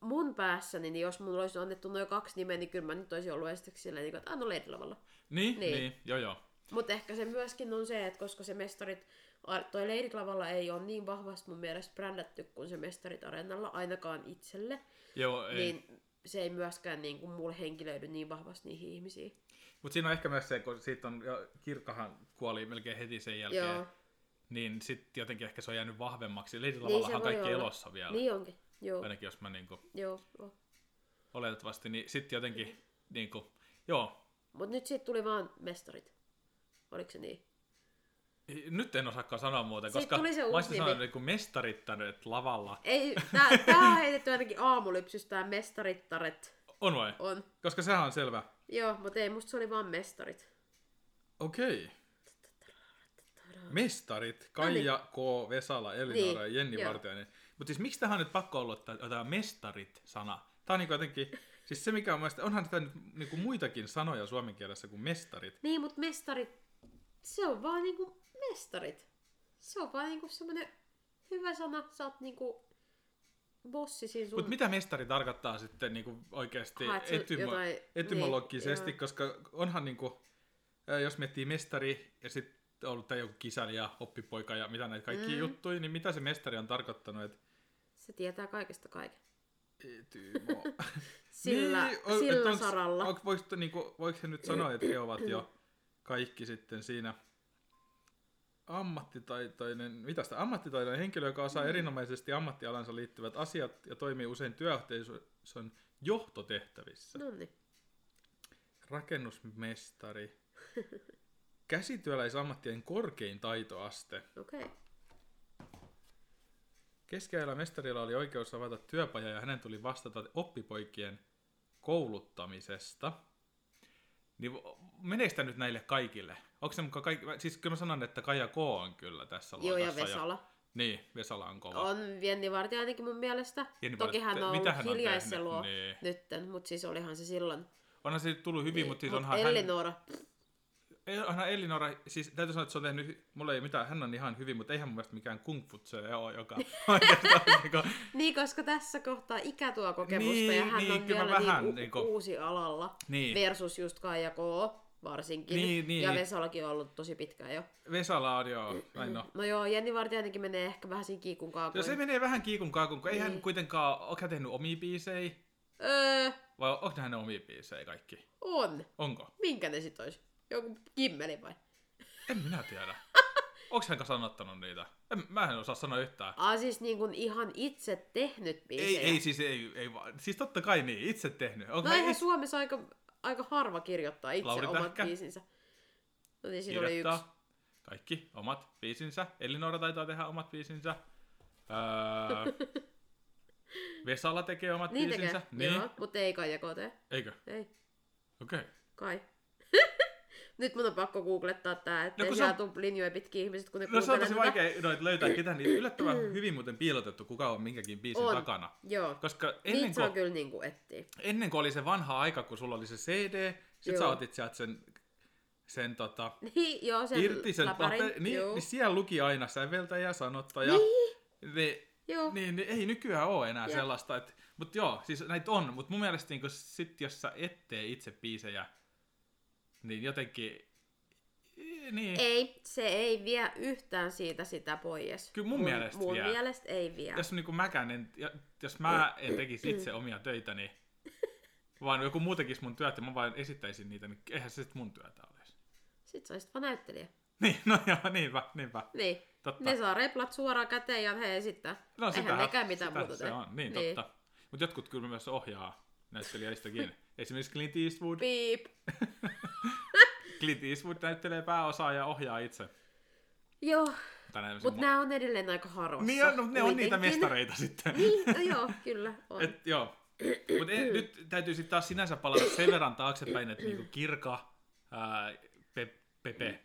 S1: mun päässäni, niin jos mulla olisi annettu noin kaksi nimeä, niin kyllä mä nyt olisin ollut ensiksi silleen, niinku, että anno Leidilomalla.
S2: Niin,
S1: Niin.
S2: niin, niin, joo joo.
S1: Mutta ehkä se myöskin on se, että koska se mestarit, a- toi Leidit lavalla ei ole niin vahvasti mun mielestä brändätty kuin se mestarit areenalla, ainakaan itselle,
S2: joo
S1: ei.
S2: ei. Niin.
S1: niin se ei myöskään niinku mulle henkilöidy niin vahvasti niihin ihmisiin.
S2: Mutta siinä on ehkä myös se, kun siitä on, ja Kirkkahan kuoli melkein heti sen jälkeen,
S1: Joo,
S2: joo. niin sitten jotenkin ehkä se on jäänyt vahvemmaksi.
S1: Niin se
S2: Leidilavallahan
S1: voi
S2: niin kaikki
S1: olla.
S2: elossa vielä, niin.
S1: niin onkin. Joo,
S2: ainakin jos mä niinku,
S1: joo, joo.
S2: oletettavasti, niin sitten jotenkin niinku, joo.
S1: Mut nyt siitä tuli vaan mestarit. Oliko se niin?
S2: Nyt en osaakaan sanoa muuta,
S1: Siitä
S2: koska
S1: tuli se
S2: mä
S1: uusi
S2: olisin
S1: nimi.
S2: sanonut niinku mestarittaneet lavalla.
S1: Ei, tää, tää on heitetty ainakin aamulypsystä, tää mestarittaret
S2: On vai?
S1: on.
S2: Koska sehän on selvä.
S1: Joo, mutta ei, musta se oli vaan mestarit.
S2: Okei. Mestarit, Kaija K. Vesala,
S1: No Niin,
S2: Elinora ja Jenni
S1: joo.
S2: Vartiainen. Mutta siis miksi tähän on nyt pakko olla tämä mestarit-sana? Tämä on niinku jotenkin, siis se mikä on mielestäni, onhan sitä nyt niinku muitakin sanoja suomen kielessä kuin mestarit.
S1: Niin, mut mestarit, se on vaan niinku mestarit. Se on vaan niinku semmonen hyvä sana, sä oot niinku bossi siinä sun...
S2: Mutta mitä mestari tarkoittaa sitten niinku oikeasti
S1: Mm. Haet sä
S2: etymo-
S1: jotain-
S2: etymologisesti,
S1: niin, joo.
S2: koska onhan niinku, ää, jos miettii mestari ja sitten on ollut tää joku kisailija, oppipoika ja mitä näitä kaikki
S1: Mm.
S2: mm. juttuja, niin mitä se mestari on tarkoittanut, että
S1: Se tietää kaikesta kaiken. [LAUGHS]
S2: etymo...
S1: Sillä,
S2: Niin,
S1: niin, sillä onks, saralla.
S2: Onks, voiko, niinku, voiko he nyt sanoa, että he ovat jo kaikki sitten siinä ammattitaitoinen, mitä sitä, ammattitaitoinen henkilö, joka
S1: Mm.
S2: osaa erinomaisesti ammattialansa liittyvät asiat ja toimii usein työyhteisön johtotehtävissä.
S1: No niin.
S2: Rakennusmestari. Käsityöläisammattien korkein taitoaste.
S1: Okei. Okay.
S2: Keskiajalla mestarilla oli oikeus avata työpaja ja hänen tuli vastata oppipoikien kouluttamisesta. Niin vo- meneekö sitä nyt näille kaikille? Onko se muka kaikki? Siis kyllä mä sanon, että Kaja K on kyllä tässä
S1: Joo, ja
S2: luokassa.
S1: Vesala.
S2: Niin, Vesala on kova.
S1: On Jenni Vartija ainakin mun mielestä.
S2: Jenni
S1: Toki
S2: Vartija,
S1: hän on
S2: mitä
S1: ollut
S2: hän on tehnyt?
S1: hiljaisen luo
S2: Niin.
S1: nytten, mutta siis olihan se silloin.
S2: Onhan se tullut
S1: Niin,
S2: hyvin, mutta siis onhan hän...
S1: Ellinora,
S2: Ei, onhan Elinora, siis täytyy sanoa, että se on tehnyt, mulle ei mitään, hän on ihan hyvin, mutta eihän mun mielestä mikään kung fu se ole, joka [LAUGHS] oikeastaan on niinku,
S1: Niin, koska tässä kohtaa ikä tuo kokemusta
S2: Niin,
S1: ja hän
S2: niin,
S1: on
S2: kyllä
S1: vielä
S2: vähän
S1: niin,
S2: niinku-
S1: niinku... uusi alalla
S2: Niin.
S1: versus just Kaija K. varsinkin.
S2: Niin, niin.
S1: Ja Vesalakin on ollut tosi pitkään jo.
S2: Vesala on joo, näin on.
S1: No joo, Jenni Vartija ainakin menee ehkä vähän siinä kiikun
S2: Jos se
S1: kaakoin.
S2: menee vähän kiikun kaakun, kun ei hän
S1: Niin.
S2: kuitenkaan, onko hän tehnyt omia biisejä,
S1: Öö,
S2: vai onko hän omia biisejä kaikki?
S1: on.
S2: Onko?
S1: Minkä ne sit ois? Joku kimmeli vai?
S2: En minä
S1: [LAUGHS]
S2: tiedä. Onko hän sanottanut niitä? En, mä en osaa sanoa yhtään.
S1: Aa, siis niin kuin ihan itse tehnyt
S2: Ei,
S1: biisejä.
S2: ei siis, ei, ei, vaan- siis totta kai niin, itse tehnyt. Onko
S1: No
S2: hän
S1: eihän
S2: itse
S1: Suomessa aika, aika harva kirjoittaa itse
S2: Lauri
S1: omat
S2: Tähkä.
S1: biisinsä. No niin, siinä oli yksi.
S2: kirjoittaa kaikki omat biisinsä. Elinora taitaa tehdä omat biisinsä.
S1: [LAUGHS]
S2: Öö, Vesala tekee omat
S1: Niin tekee,
S2: biisinsä. Niin.
S1: joo, mutta ei Kaija K. tee.
S2: Eikö?
S1: Ei.
S2: Okei. Okay.
S1: Kai. [LAUGHS] Nyt mun on pakko googlettaa tää, ettei
S2: No
S1: no,
S2: kun
S1: siellä
S2: se
S1: tuu linjoja pitkin ihmiset, kun ne
S2: No se on
S1: kuuntelee
S2: tosi
S1: tätä. Mm.
S2: vaikea noita löytää ketään. Niin yllättävän hyvin muuten piilotettu, kuka on minkäkin biisin
S1: On.
S2: takana.
S1: Joo.
S2: Koska ennen
S1: Niitä saa
S2: kuin,
S1: kyllä niinku etsiä. [LAUGHS]
S2: ennen kuin oli se vanha aika, kun sulla oli se CD, sit sä
S1: Joo.
S2: otit sieltä sen, sen tota,
S1: Niin, joo, sen
S2: irti sen
S1: läpärin.
S2: paperi, niin,
S1: joo.
S2: niin siellä luki aina säveltäjä, sanottaja. Niin,
S1: joo.
S2: Niin, niin ei nykyään ole enää
S1: Jep.
S2: sellaista. Että, mut joo, siis näitä on, mutta mun mielestä niin sit, jos sä et tee itse biisejä, niin jotenkin... Niin,
S1: Ei, se ei vie yhtään siitä sitä pois.
S2: Kyllä mun mielestä
S1: mun
S2: vie.
S1: mielestä ei vie.
S2: jos niin mäkään en, ja- jos mä en tekisi itse omia töitä, niin vaan joku muu tekisi mun työt ja mä vain esittäisin niitä, niin eihän se sit mun työtä olisi. [LAUGHS]
S1: Sitten saisit vaan näyttelijä.
S2: Niin, no joo, niinpä, niinpä.
S1: Niin.
S2: Totta.
S1: Ne saa replat suoraan käteen ja he esittää.
S2: No,
S1: Eihän
S2: sitähän-
S1: nekään mitään
S2: sitä
S1: muuta
S2: se
S1: tee.
S2: on, niin, niin. totta. Mutta jotkut kyllä myös ohjaa
S1: [LAUGHS]
S2: näyttelijöistäkin. Esimerkiksi Clint Eastwood.
S1: Piip.
S2: Clint Eastwood näyttelee pääosaa ja ohjaa itse.
S1: Joo,
S2: Tänään se
S1: mutta
S2: mu-
S1: nämä on edelleen aika harvassa.
S2: Niin, on, no, ne on niitä
S1: kuitenkin.
S2: mestareita sitten.
S1: [LAUGHS] Niin, no joo, kyllä on.
S2: Et, joo. Mut ei, nyt täytyy sitten taas sinänsä palata sen verran taaksepäin, että niinku Kirka, ää, Pe- Pepe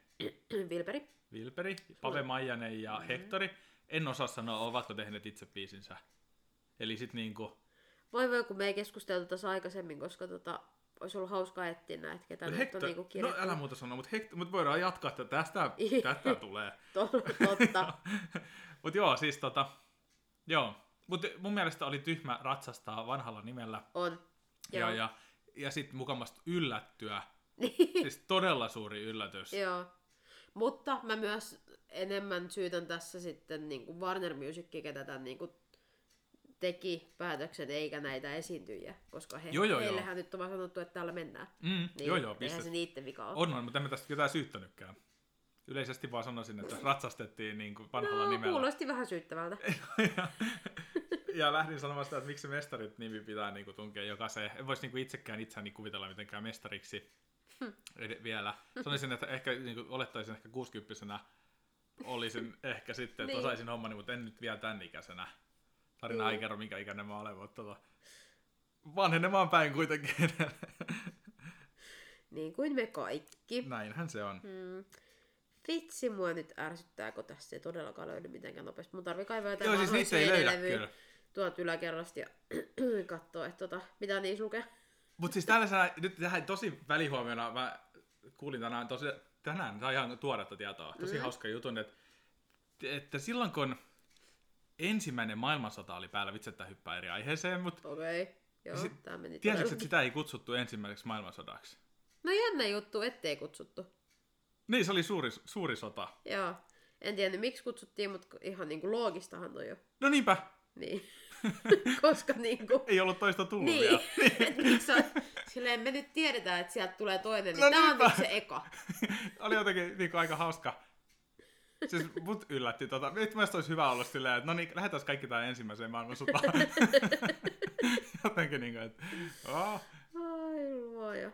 S1: Vilperi.
S2: Vilperi, Pave Maijanen ja
S1: Mm-hmm.
S2: Hektori, en osaa sanoa, ovatko tehneet itse biisinsä. Eli sitten niinku,
S1: Voi voi, kun me ei keskusteltu tässä aikaisemmin, koska tota, olisi ollut hauskaa etsiä näitä, ketä nyt on
S2: Hektor,
S1: niinku
S2: no
S1: kirjoittanut.
S2: älä muuta sanoa, mutta Hektor, mut voidaan jatkaa, että tästä, tästä tulee.
S1: [LAUGHS] Totta.
S2: Mut joo, siis tota, joo. Mut mun mielestä oli tyhmä ratsastaa vanhalla nimellä. [LAUGHS]
S1: On.
S2: Ja, ja, ja sitten mukamasta yllättyä. siis todella suuri
S1: [LAUGHS]
S2: yllätys.
S1: Joo. Mutta mä myös enemmän syytän tässä sitten niin kuin Warner Musicia, ketä tämän niin kuin teki päätöksen, eikä näitä esiintyjiä, koska he,
S2: Joo, joo, joo.
S1: heillehän nyt on vaan sanottu, että täällä mennään.
S2: Mm,
S1: Niin,
S2: joo, joo, piste.
S1: eihän se niitten vika ole.
S2: On, on, mutta en mä tästä ketään syyttänytkään. Yleisesti vaan sanoisin, että ratsastettiin niin kuin vanhalla
S1: no,
S2: nimellä.
S1: kuulosti vähän
S2: [LAUGHS]
S1: syyttävältä.
S2: ja, ja lähdin sanomaan sitä, että miksi mestarit nimi pitää niin kuin tunkea jokaiseen. En voisi niin kuin itsekään itseäni kuvitella mitenkään mestariksi
S1: Hm.
S2: ed- vielä. Sanoisin, että ehkä niin kuin, olettaisin ehkä 60 olisin ehkä sitten, että
S1: Niin.
S2: osaisin hommani, mutta en nyt vielä tämän ikäisenä. Tarina
S1: Niin.
S2: ei kerro, minkä ikäinen mä olen, mutta tota, vanhenemaan päin kuitenkin. [LAUGHS]
S1: Niin kuin me kaikki.
S2: Näinhän se on.
S1: Mm. Vitsi, mua nyt ärsyttää, kun tässä ei todellakaan löydy mitenkään nopeasti. Mun tarvii kaivaa jotain
S2: Joo, siis
S1: vanhoja
S2: niitä ei löydä
S1: CD-levyjä
S2: kyllä.
S1: Tuolta yläkerrasta ja [CLEARS THROAT] katsoa, että tota, mitä niissä lukee.
S2: Mutta siis tällaisena, nyt tähän tosi välihuomiona, mä kuulin tänään tosi, tänään, tämä on ihan tuoretta tietoa, tosi mm. hauska jutun, että, että silloin kun ensimmäinen maailmansota oli päällä, vitsi, että hyppää eri aiheeseen, mutta
S1: Okei, okay. joo,
S2: Sit-
S1: tää meni
S2: tiesitkö,
S1: todella-
S2: Siis että sitä ei kutsuttu ensimmäiseksi maailmansodaksi?
S1: No jännä juttu, ettei kutsuttu.
S2: Niin, se oli suuri, suuri sota.
S1: Joo. En tiedä niin miksi kutsuttiin, mutta ihan niinku loogistahan toi jo.
S2: No niinpä, [LAUGHS]
S1: Niin. [LAUGHS] Koska niinku...
S2: ei ollut toista tuulia. [LAUGHS]
S1: Niin. Et miksi on... Silleen me nyt tiedetään, että sieltä tulee toinen, niin
S2: No
S1: no, tää on
S2: niinpä.
S1: nyt se eka.
S2: oli jotenkin niin kuin, aika hauska. Siis mut yllätti tota. Nyt mielestä olisi hyvä olla silleen, että no niin, lähdetään kaikki tähän ensimmäiseen maailmansotaan. niinku, jotenkin niin kuin, että oh.
S1: Ai luoja.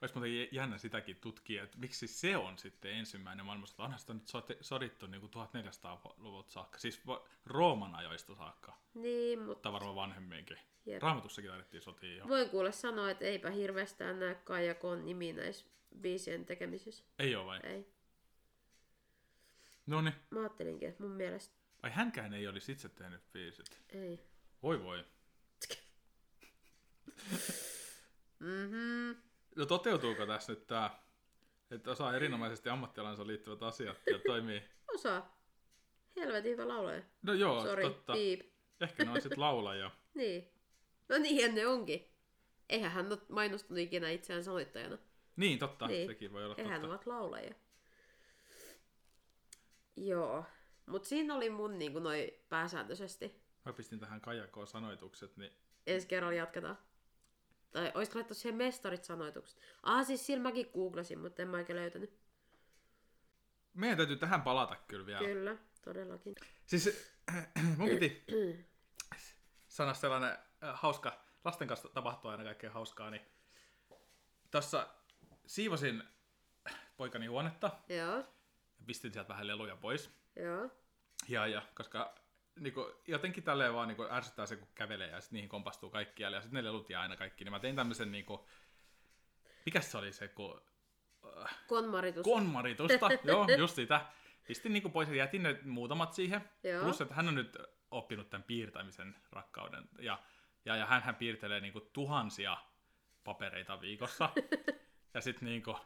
S2: Olisi muuten jännä sitäkin tutkia, että miksi se on sitten ensimmäinen maailmansota. Onhan sitä nyt sote- sodittu niin 1400-luvulta saakka, siis va- Rooman ajoista saakka,
S1: Niin, mutta
S2: tai varmaan vanhemminkin.
S1: jep.
S2: Raamatussakin taidettiin sotia jo.
S1: voin kuule sanoa, että eipä hirveästään näe Kaija Kon nimi näissä biisien tekemisissä.
S2: Ei ole vai?
S1: Ei.
S2: No niin.
S1: Mä ajattelinkin, että mun mielestä
S2: Ai hänkään ei olisi itse tehnyt biisit.
S1: ei.
S2: Voi voi.
S1: Mhm.
S2: No toteutuuko tässä nyt tämä, että osaa erinomaisesti ammattialansa liittyvät asiat ja toimii?
S1: Osaa. Helvetin hyvä laulaja.
S2: No joo,
S1: Sori,
S2: totta.
S1: piip.
S2: Ehkä ne on sitten laulaja.
S1: Niin. No niinhän ne onkin. Eihän hän ole mainostunut ikinä itseään soittajana.
S2: Niin, totta.
S1: Niin.
S2: Sekin voi olla
S1: Eihän
S2: totta.
S1: ovat laulajia. Joo. Mut siinä oli mun niinku noi pääsääntöisesti.
S2: Mä pistin tähän kajakoon sanoitukset, niin
S1: Ensi kerralla jatketaan. Tai olisiko laittaa siihen mestarit sanoitukset? Ah, siis sillä mäkin googlasin, mutta en mä oikein löytänyt.
S2: meidän täytyy tähän palata kyllä vielä. Kyllä.
S1: Kyllä, todellakin.
S2: Siis [CLEARS THROAT] mun piti sanoa sellainen äh, hauska, lasten kanssa tapahtuu aina kaikkea hauskaa, niin tossa siivosin poikani huonetta
S1: joo,
S2: ja pistin sieltä vähän leluja pois.
S1: joo.
S2: Ja, ja, koska niin kuin, jotenkin tälleen vaan niin kuin, ärsyttää se, kun kävelee ja sitten niihin kompastuu kaikkialle ja sitten ne lelut jää aina kaikki. Niin mä tein tämmöisen niin kuin, mikäs se oli se, kun
S1: Konmaritus.
S2: konmaritusta, joo, just sitä. Pistin niin kuin pois ja jätin ne muutamat siihen.
S1: Joo.
S2: Plus, että hän on nyt oppinut tämän piirtämisen rakkauden. Ja, ja, ja hän piirtelee niin kuin, tuhansia papereita viikossa. ja sitten niin kuin,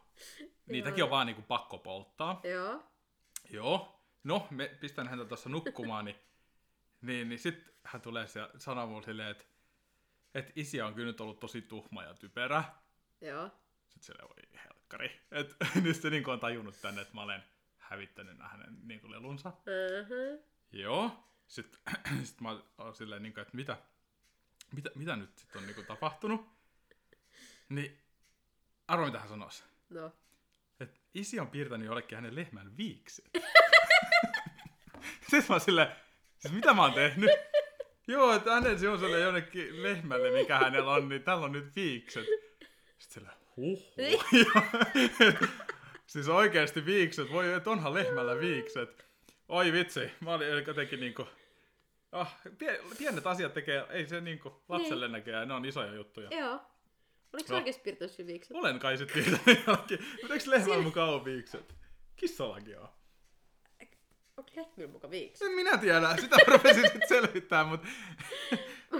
S2: niitäkin on vaan niin kuin, pakko polttaa.
S1: joo,
S2: Joo. No, me pistän häntä tuossa nukkumaan, niin, [LAUGHS] niin, niin sitten hän tulee ja sanoo mulle silleen, että, että isi on kyllä nyt ollut tosi tuhma ja typerä.
S1: joo.
S2: Sitten silleen, voi helkkari. [LAUGHS] Et, nyt se niin on tajunnut tänne, että mä olen hävittänyt nää hänen niin kuin lelunsa.
S1: Uh-huh.
S2: Joo. Sitten sit [CLEARS THROAT] mä oon silleen, niin kuin, että mitä, mitä, mitä nyt sitten on niin kuin, tapahtunut. Niin arvo mitä hän sanoisi.
S1: No.
S2: Et isi on piirtänyt jollekin hänen lehmän viiksi. Sitten mä oon silleen, siis mitä mä oon tehnyt? Joo, että hänen siuselle jonnekin lehmälle, mikä hänellä on, niin tällä on nyt viikset. Sitten sillä, huhu. siis oikeasti viikset, voi, että onhan lehmällä viikset. Oi vitsi, mä olin jotenkin niinku, ah, pie- pienet asiat tekee, ei se niinku lapselle näkee, ne on isoja juttuja.
S1: Joo. Oliko no.
S2: No.
S1: oikeasti piirtänyt hyviksi?
S2: Olen kai sit [LAUGHS] piirtänyt jollakin. Mutta eikö lehmällä mukaan ole viikset? Kissallakin on.
S1: Onko lehmillä muka viiksi?
S2: En minä tiedä, sitä mä rupesin sit selvittää,
S1: [LAUGHS]
S2: mutta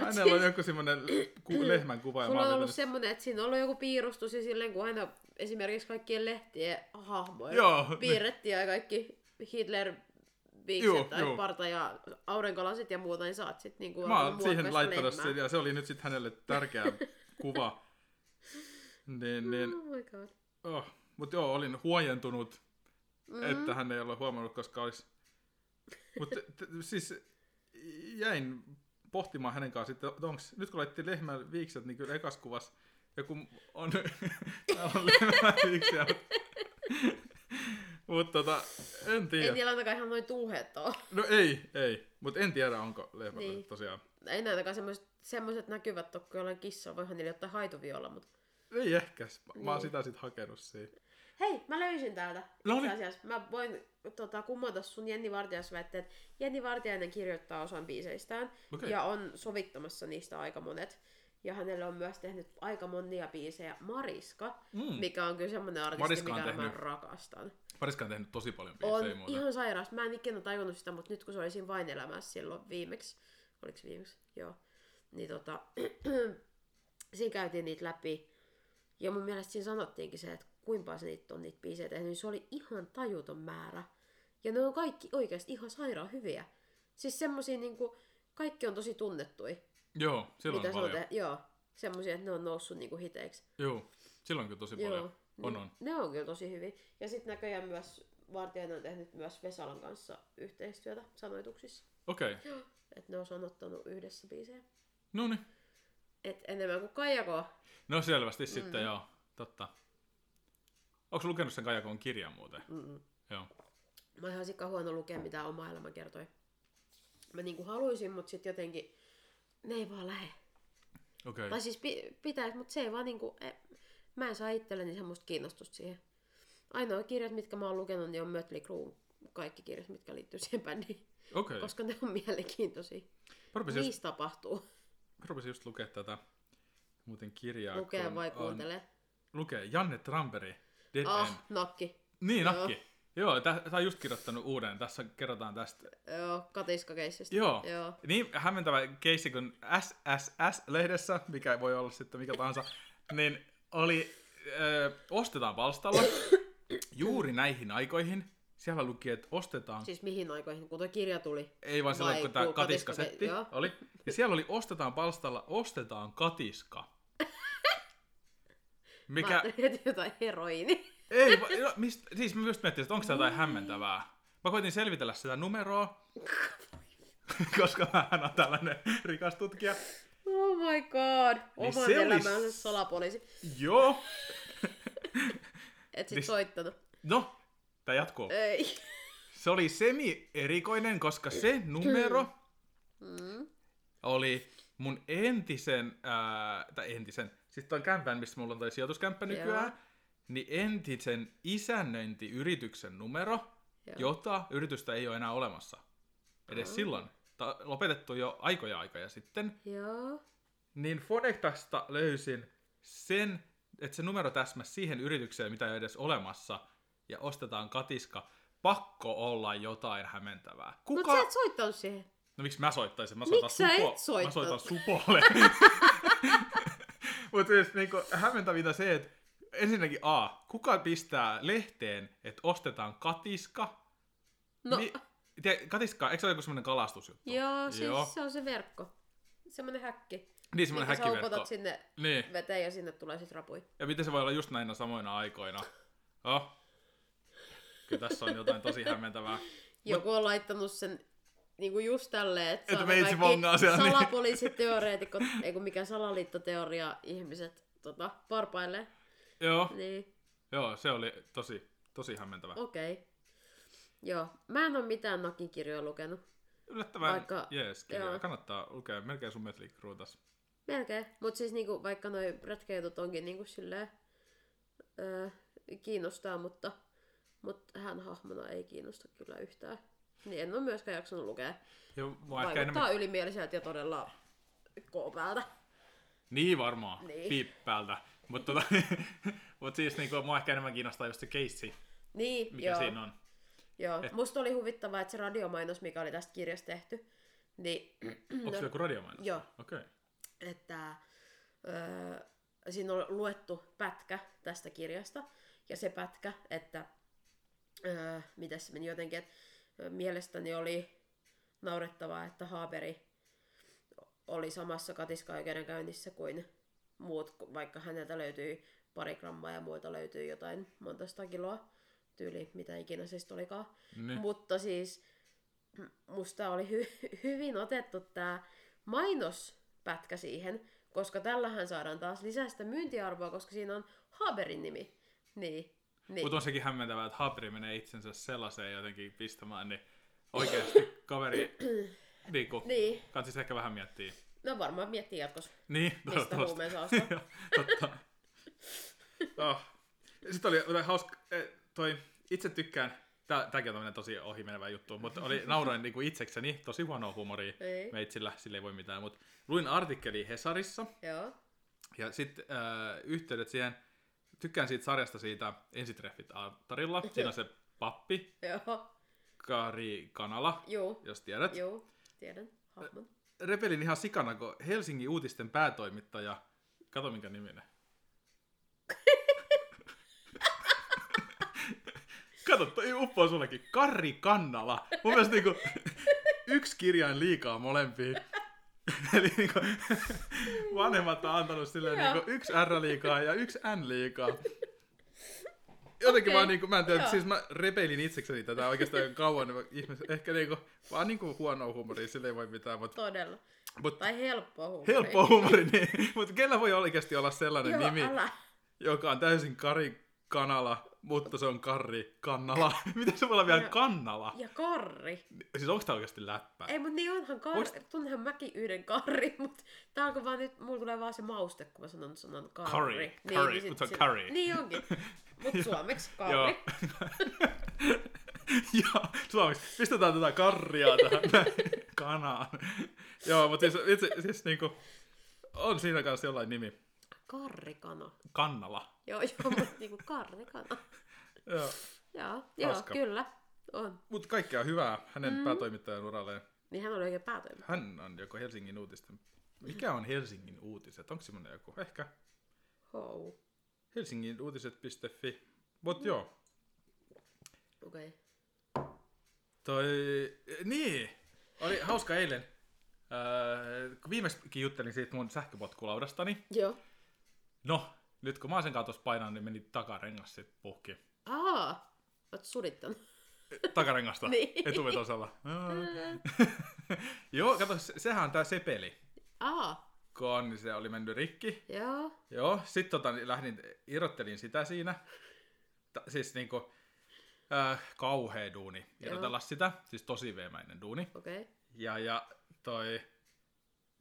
S2: hänellä on joku semmonen ku- lehmän kuva. Ja mä
S1: siis- Sulla on
S2: oon
S1: ollut
S2: vetänyt-
S1: semmoinen, että siinä on ollut joku piirustus ja silleen, kun aina esimerkiksi kaikkien lehtien hahmoja
S2: Joo, niin.
S1: piirrettiin ja kaikki Hitler
S2: Juu,
S1: viikset tai
S2: juu.
S1: parta ja aurinkolasit ja muuta, niin saat sit niinku
S2: Mä oon
S1: muokkaista
S2: siihen laittanut
S1: lehmää.
S2: sen ja se oli nyt sitten hänelle tärkeä
S1: [LAUGHS]
S2: kuva. Niin, niin,
S1: Oh my god.
S2: oh. Mutta joo, olin huojentunut,
S1: Mm.
S2: että hän ei ole huomannut, koska olisi... Mutta siis jäin pohtimaan hänen kanssaan, että onks, nyt kun laitettiin lehmän viikset, niin kyllä ekas kuvas joku
S1: [LAUGHS]
S2: on, täällä on lehmän viiksiä. Mutta tota, en
S1: Ei
S2: tiedä.
S1: niillä ainakaan ihan noin tuuheet oo.
S2: No ei, ei. Mutta en tiedä, onko lehmä
S1: Niin.
S2: tosiaan.
S1: Ei ne ainakaan semmoiset, semmoiset näkyvät ole kuin jollain kissa, voihan niillä jotain haituvia olla, mutta...
S2: Ei ehkä. Mä oon
S1: Niin.
S2: sitä sitten hakenut siihen.
S1: Hei, mä löysin täältä.
S2: No
S1: Itse
S2: niin.
S1: asiassa mä voin tota, kumota sun Jenni Vartiaisväitteet. Jenni Vartiainen kirjoittaa osan biiseistään
S2: Okei.
S1: ja on sovittamassa niistä aika monet. Ja hänellä on myös tehnyt aika monia biisejä Mariska,
S2: Mm.
S1: mikä on kyllä semmonen artisti,
S2: Mariska on
S1: mikä mä
S2: tehnyt
S1: rakastan.
S2: Pariska on tehnyt tosi paljon
S1: On
S2: biisejä muuten.
S1: ihan sairaasta. Mä en ikinä tajunnut sitä, mutta nyt kun se oli siinä vain elämässä silloin viimeksi, oliko viimeksi? Joo. Niin tota, [CLEARS THROAT] siinä käytiin niitä läpi. Ja mun mielestä siinä sanottiinkin se, että kuinka paljon se niitä on niitä biisejä tehnyt, niin se oli ihan tajuton määrä. Ja ne on kaikki oikeasti ihan sairaan hyviä. Siis semmosia niinku, kaikki on tosi tunnettui.
S2: Joo, silloin on
S1: mitä se on
S2: paljon.
S1: te- Joo, semmosia, että ne on noussut niinku hiteiksi.
S2: Joo, silloin on kyllä tosi paljon. On,
S1: ne-
S2: on.
S1: Ne on kyllä tosi hyvin. Ja sitten näköjään myös Vartijainen on tehnyt myös Vesalan kanssa yhteistyötä sanoituksissa.
S2: Okei, okay.
S1: Että ne on sanottanut yhdessä biisejä.
S2: no niin.
S1: Et enemmän kuin Kaijako.
S2: No selvästi mm. sitten, joo. Totta. Onko lukenut sen Kajakon kirjan muuten?
S1: Mm-mm.
S2: Joo.
S1: Mä oon ihan sikka huono lukea, mitä oma elämä kertoi. Mä niinku haluisin, mut sit jotenkin ne ei vaan lähe.
S2: Okei. Okay.
S1: Tai siis pi- pitäis, mut se ei vaan niinku... E- Mä en saa itselleni semmoista kiinnostusta siihen. Ainoa kirjat, mitkä mä oon lukenut, niin on Mötley Crue kaikki kirjat, mitkä liittyy siihen bändiin,
S2: Okei. Okay.
S1: koska ne on mielenkiintoisia.
S2: Mä rupesin just,
S1: Niissä tapahtuu.
S2: mä rupesin just lukea tätä muuten kirjaa.
S1: Lukee
S2: kun
S1: vai
S2: on-
S1: kuuntelee?
S2: Lukee. Janne Tramperi. Dead End.
S1: Ah, nakki.
S2: Niin,
S1: joo.
S2: nakki. Joo, tä, tää on just kirjoittanut uuden. Tässä kerrotaan tästä.
S1: Joo, katiskakeissistä.
S2: Joo.
S1: Joo.
S2: Niin hämmentävä keissi kuin SSS-lehdessä, mikä voi olla sitten mikä
S1: [LAUGHS]
S2: tahansa, niin oli, ö, ostetaan
S1: [COUGHS]
S2: palstalla juuri näihin aikoihin. Siellä luki, että ostetaan,
S1: Siis mihin aikoihin, kun tuo kirja tuli?
S2: ei vaan silloin,
S1: vai
S2: kun tämä
S1: kun
S2: katiskasetti
S1: katiska- joo.
S2: oli. Ja siellä oli ostetaan palstalla, ostetaan katiska.
S1: [LAUGHS] Mikä? Mä
S2: Mikä,
S1: ajattelin, [LAUGHS] että jotain heroini.
S2: Ei, va- no, mist, siis mä just miettisin, että onko tämä jotain hämmentävää. Mä koitin selvitellä sitä numeroa, [LAUGHS] koska mä on tällainen rikas tutkija.
S1: Oh my god.
S2: Niin
S1: Oman
S2: se oli
S1: elämänsä
S2: s-
S1: salapoliisi.
S2: Joo.
S1: Et sit
S2: Niin-
S1: soittanut.
S2: No, tää jatkuu.
S1: Ei.
S2: Se oli semi-erikoinen, koska se numero
S1: Mm.
S2: oli mun entisen, ää, tai entisen, siis tuon kämpän, missä mulla on toi sijoituskämppä nykyään,
S1: Joo.
S2: niin entisen isännöintiyrityksen numero,
S1: Joo.
S2: jota yritystä ei ole enää olemassa. Edes
S1: Ah.
S2: silloin. Tää on lopetettu jo aikoja aikoja sitten.
S1: Joo.
S2: Niin Fonektasta löysin sen, että se numero täsmäsi siihen yritykseen, mitä ei ole edes olemassa, ja ostetaan katiska. Pakko olla jotain hämmentävää.
S1: Kuka? Mut sä
S2: Kuka?
S1: et soittanut siihen.
S2: No miksi mä soittaisin? Mä soitan
S1: Miksi sä et
S2: supo... Mä
S1: soittanut?
S2: soitan
S1: [LAUGHS]
S2: supolle. Mutta siis niinku, hämmentävintä se, että ensinnäkin A, kuka pistää lehteen, että ostetaan katiska?
S1: No,
S2: Mi- tie, katiska, eikö se ole joku semmoinen kalastusjuttu?
S1: joo, siis
S2: Joo.
S1: se on se verkko. Semmonen häkki.
S2: Niin, semmoinen
S1: minkä Sä
S2: häkkiverkko.
S1: upotat sinne
S2: Niin.
S1: veteen ja sinne tulee sit rapui.
S2: Ja miten se voi olla just näinä samoina aikoina? Oh. Kyllä tässä on jotain tosi hämmentävää.
S1: Joku on laittanut sen niinku just tälleen, että
S2: Että
S1: saadaan
S2: veitsi
S1: kaikki
S2: vongaa siellä, niin.
S1: Salapoliisiteoreetikot, ei kun mikä salaliittoteoria ihmiset tota, varpaille.
S2: Joo,
S1: Niin,
S2: joo, se oli tosi, tosi hämmentävä.
S1: okei. Okay. Joo, mä en ole mitään Nakin kirjoja lukenut.
S2: Yllättävän
S1: Vaikka-
S2: Aika, jees, kirja.
S1: joo.
S2: Kannattaa lukea melkein sun metlikruutas.
S1: Melkein. Mut siis niinku, vaikka noi prätkäjutut onkin niinku silleen, öö, kiinnostaa, mutta, mutta hän hahmona ei kiinnosta kyllä yhtään. Niin en ole myöskään jaksanut lukea.
S2: Ja mua ehkä
S1: Vaikuttaa
S2: enemmän...
S1: ylimieliseltä ja todella koopäältä.
S2: Niin varmaan,
S1: Niin.
S2: niin. piippäältä. Mutta tota, [LAUGHS] mut siis niinku, mua ehkä enemmän kiinnostaa just se keissi,
S1: Niin,
S2: mikä
S1: joo.
S2: siinä on.
S1: Joo,
S2: Et-
S1: musta oli huvittavaa, että se radiomainos, mikä oli tästä kirjasta tehty, niin
S2: Onko se joku radiomainos?
S1: Joo.
S2: Okei. Okay.
S1: että öö, siinä on luettu pätkä tästä kirjasta, ja se pätkä, että öö, mitä se meni jotenkin, että ö, mielestäni oli naurettavaa, että Haaperi oli samassa katiskaoikeudenkäynnissä kuin muut, ku- vaikka häneltä löytyy pari grammaa ja muilta löytyy jotain monta sata kiloa, tyyli mitä ikinä se sitten olikaan.
S2: Niin.
S1: Mutta siis m- musta oli hy- hyvin otettu tämä mainospätkä siihen, koska tällähän saadaan taas lisää sitä myyntiarvoa, koska siinä on Haberin nimi. Niin. niin.
S2: Mutta on sekin hämmentävää, että Habri menee itsensä sellaiseen jotenkin pistämään, niin oikeasti kaveri
S1: [CLEARS THROAT]
S2: niinku, niin.
S1: Niin.
S2: kansis ehkä vähän miettii.
S1: No varmaan miettii jatkossa.
S2: Niin, toivottavasti.
S1: huumeensa ostaa.
S2: Joo, Totta. Oh. Sitten oli jotain hauska, eh, toi, itse tykkään, tää, tääkin on tämmönen tosi ohimenevä juttu, mutta oli nauroin niinku itsekseni, tosi huonoa huumoria
S1: Ei.
S2: meitsillä, sille ei voi mitään, mutta luin artikkeli Hesarissa,
S1: Joo.
S2: ja sitten äh, yhteydet siihen, tykkään siitä sarjasta siitä Ensitreffit Altarilla. Siinä on se pappi,
S1: Joo.
S2: Kari Kanala,
S1: Joo.
S2: jos tiedät.
S1: Joo. Tiedän. Hahmon.
S2: Repelin ihan sikana, kun Helsingin uutisten päätoimittaja, kato minkä niminen. kato, toi uppoo sullekin. Kari Kannala. Mun mielestä niinku, yksi kirjain liikaa molempiin. Eli niinku, vanhemmat on antanut sille
S1: Joo.
S2: niinku, yksi R liikaa ja yksi N liikaa. Jotenkin
S1: Okei.
S2: okay. vaan niinku, mä en tiedä,
S1: Joo.
S2: siis mä repeilin itsekseni tätä oikeastaan kauan. niin mä Ihmiset, ehkä niinku, vaan niinku huonoa huumoria, sille ei voi mitään, mutta
S1: Todella.
S2: Mut
S1: Tai helppoa huumoria.
S2: helppo huumori, niin. Mutta kenellä voi oikeasti olla sellainen
S1: Joo,
S2: nimi,
S1: älä.
S2: joka on täysin Kari kanala, mutta se on karri kannala. [LAUGHS] Miten se voi olla vielä
S1: Ja-
S2: kannala?
S1: Ja karri.
S2: Siis onko tämä oikeasti läppä?
S1: Ei, mutta niin onhan karri.
S2: Voisit-
S1: Tunnehan mäkin yhden karri, [LAUGHS] mutta tää alkoi vaan nyt, mulla tulee vaan se mauste, kun mä sanon sanan karri.
S2: Curry, curry, mut se on curry.
S1: Niin
S2: [LAUGHS]
S1: onkin. Mutta suomeksi
S2: Joo.
S1: karri.
S2: [LAUGHS] Joo, suomeksi. Pistetään tätä karria tähän näin kanaan. Joo, mutta siis, itse, siis niinku, on siinä kanssa jollain nimi.
S1: Karrikana.
S2: Kannala.
S1: Joo, joo, mutta
S2: [LAUGHS]
S1: niinku karrikana.
S2: Joo.
S1: Joo, joo,
S2: Hauska.
S1: kyllä. On.
S2: Mutta kaikkea hyvää hänen mm. päätoimittajan uralleen.
S1: Niin hän oli oikein päätoimittaja.
S2: Hän on joko Helsingin uutisten... Mikä on Helsingin uutiset? Onko semmoinen joku? Ehkä
S1: Hou. Okei.
S2: Helsingin uutiset.fi. Mut joo,
S1: Okay.
S2: toi... Niin! Oli hauska eilen. Öö, kun viimeksikin juttelin siitä mun sähköpotkulaudastani.
S1: Joo.
S2: No, nyt kun mä oon sen kautta painaa, niin meni takarengas sit puhki.
S1: Aa, oot sudittanut.
S2: Takarengasta
S1: Niin.
S2: etuvetosella. Mm. Joo, kato, se- sehän on tää sepeli.
S1: Aa,
S2: Kun on, niin se oli mennyt rikki.
S1: joo.
S2: Joo, sit tota, niin lähdin, irrottelin sitä siinä. Ta, siis niinku, äh, kauhea duuni. Irrotella sitä, siis tosi veemäinen duuni.
S1: Okei. Okay.
S2: Ja, ja toi,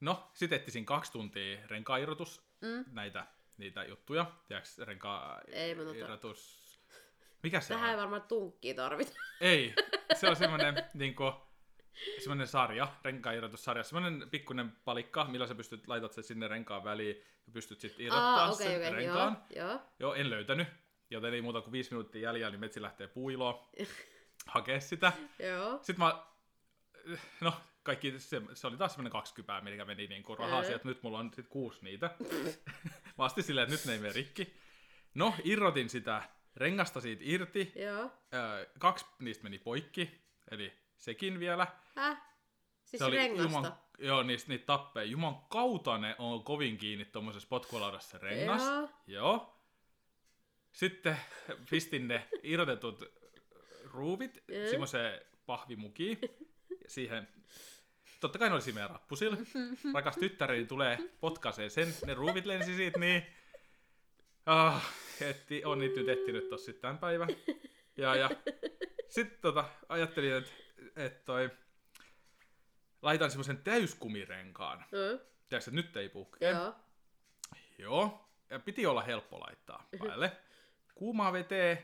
S2: no, sit ettisin kaksi tuntia renkairrotus
S1: Mm.
S2: näitä, niitä juttuja. Tiedäks, renka,
S1: Ei mä tota-
S2: irrotus... Mikä se
S1: Tähän ei
S2: on?
S1: varmaan tunkkia tarvita.
S2: Ei, se on semmonen [LAUGHS] niinku, semmonen sarja, renkaanirjoitussarja, semmonen pikkunen palikka, millä sä pystyt, laitat sen sinne renkaan väliin ja pystyt sitten irrottaa
S1: Aa,
S2: okay, sen okay,
S1: joo,
S2: renkaan.
S1: joo.
S2: Joo, en löytänyt, joten ei muuta kuin viisi minuuttia jäljellä, niin metsi lähtee
S1: [LAUGHS]
S2: puiloon hakee sitä.
S1: Joo.
S2: Sitten mä, no kaikki, se, se oli taas semmoinen 20, mikä meni niin kuin rahaa
S1: Joo.
S2: sieltä, nyt mulla on sit kuusi niitä. [LAUGHS] mä asti silleen, että nyt ne ei mene rikki. No, irrotin sitä rengasta siitä irti,
S1: Joo.
S2: Öö, kaksi niistä meni poikki, eli sekin vielä.
S1: Häh? Siis rengasta.
S2: Juman, joo, niistä niitä tappeja. Juman kautta ne on kovin kiinni tuommoisessa potkulaudassa rengas.
S1: Joo.
S2: joo. Sitten pistin ne irrotetut ruuvit
S1: Joo.
S2: semmoiseen pahvimukiin. ja Siihen Totta kai ne oli siinä rappusilla. Rakas tyttäreni tulee potkaisee sen. Ne ruuvit lensi siitä niin. Ah, etti, on niitä nyt ehtinyt tossa sitten tämän päivän. Ja, ja. Sitten tota, ajattelin, että et toi, laitan semmoisen täyskumirenkaan.
S1: Mm.
S2: Tiedätkö, että nyt ei puhkea.
S1: Joo.
S2: Joo. Ja piti olla helppo laittaa päälle. Kuumaa veteen,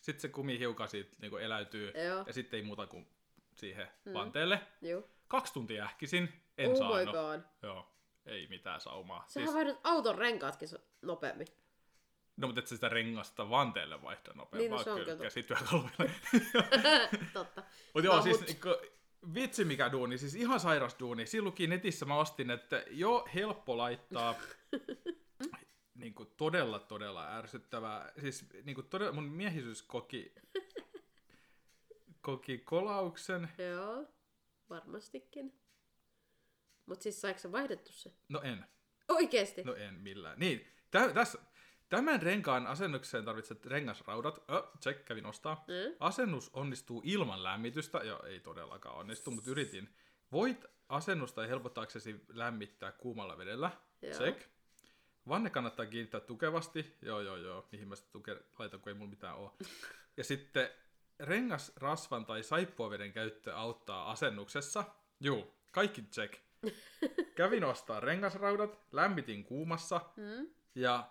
S2: sitten se kumi hiukan siitä niin eläytyy.
S1: Joo.
S2: Ja sitten ei muuta kuin siihen
S1: Mm.
S2: vanteelle.
S1: Joo.
S2: Kaksi tuntia ähkisin, en
S1: oh my
S2: saanut.
S1: god.
S2: Joo, ei mitään saumaa.
S1: Sähän
S2: Siis,
S1: siis... vaihdat auton renkaatkin so-
S2: [LAUGHS]
S1: nopeammin.
S2: no mutta et sä sitä rengasta vanteelle vaihda
S1: Niin, no
S2: nopeampaa
S1: se on
S2: niin,
S1: kyllä
S2: no, käsityökaluille.
S1: Totta.
S2: mutta joo,
S1: No,
S2: siis
S1: mut-
S2: niinku, vitsi mikä duuni, siis ihan sairas duuni. Siinä luki netissä, mä ostin, että jo helppo
S1: [LAUGHS]
S2: laittaa niinku todella todella ärsyttävää. Siis niinku todella, mun miehisyys koki, koki kolauksen.
S1: Joo. Varmastikin. Mut siis saiko se vaihdettu se?
S2: No en.
S1: Oikeesti?
S2: No en millään. Niin, tä, tässä, tämän renkaan asennukseen tarvitset rengasraudat. Ö, check, kävin ostaa.
S1: Mm?
S2: Asennus onnistuu ilman lämmitystä. Joo, ei todellakaan onnistu, mutta yritin. Voit asennusta helpottaaksesi lämmittää kuumalla vedellä.
S1: Joo.
S2: Check. Vanne kannattaa kiinnittää tukevasti. Joo, joo, joo. Mihin mä sitä tuke laitan, kun ei mulla mitään ole. Ja sitten rengasrasvan tai saippuaveden käyttö auttaa asennuksessa. Juu, kaikki check. Kävin ostaa rengasraudat, lämmitin kuumassa
S1: Mm?
S2: ja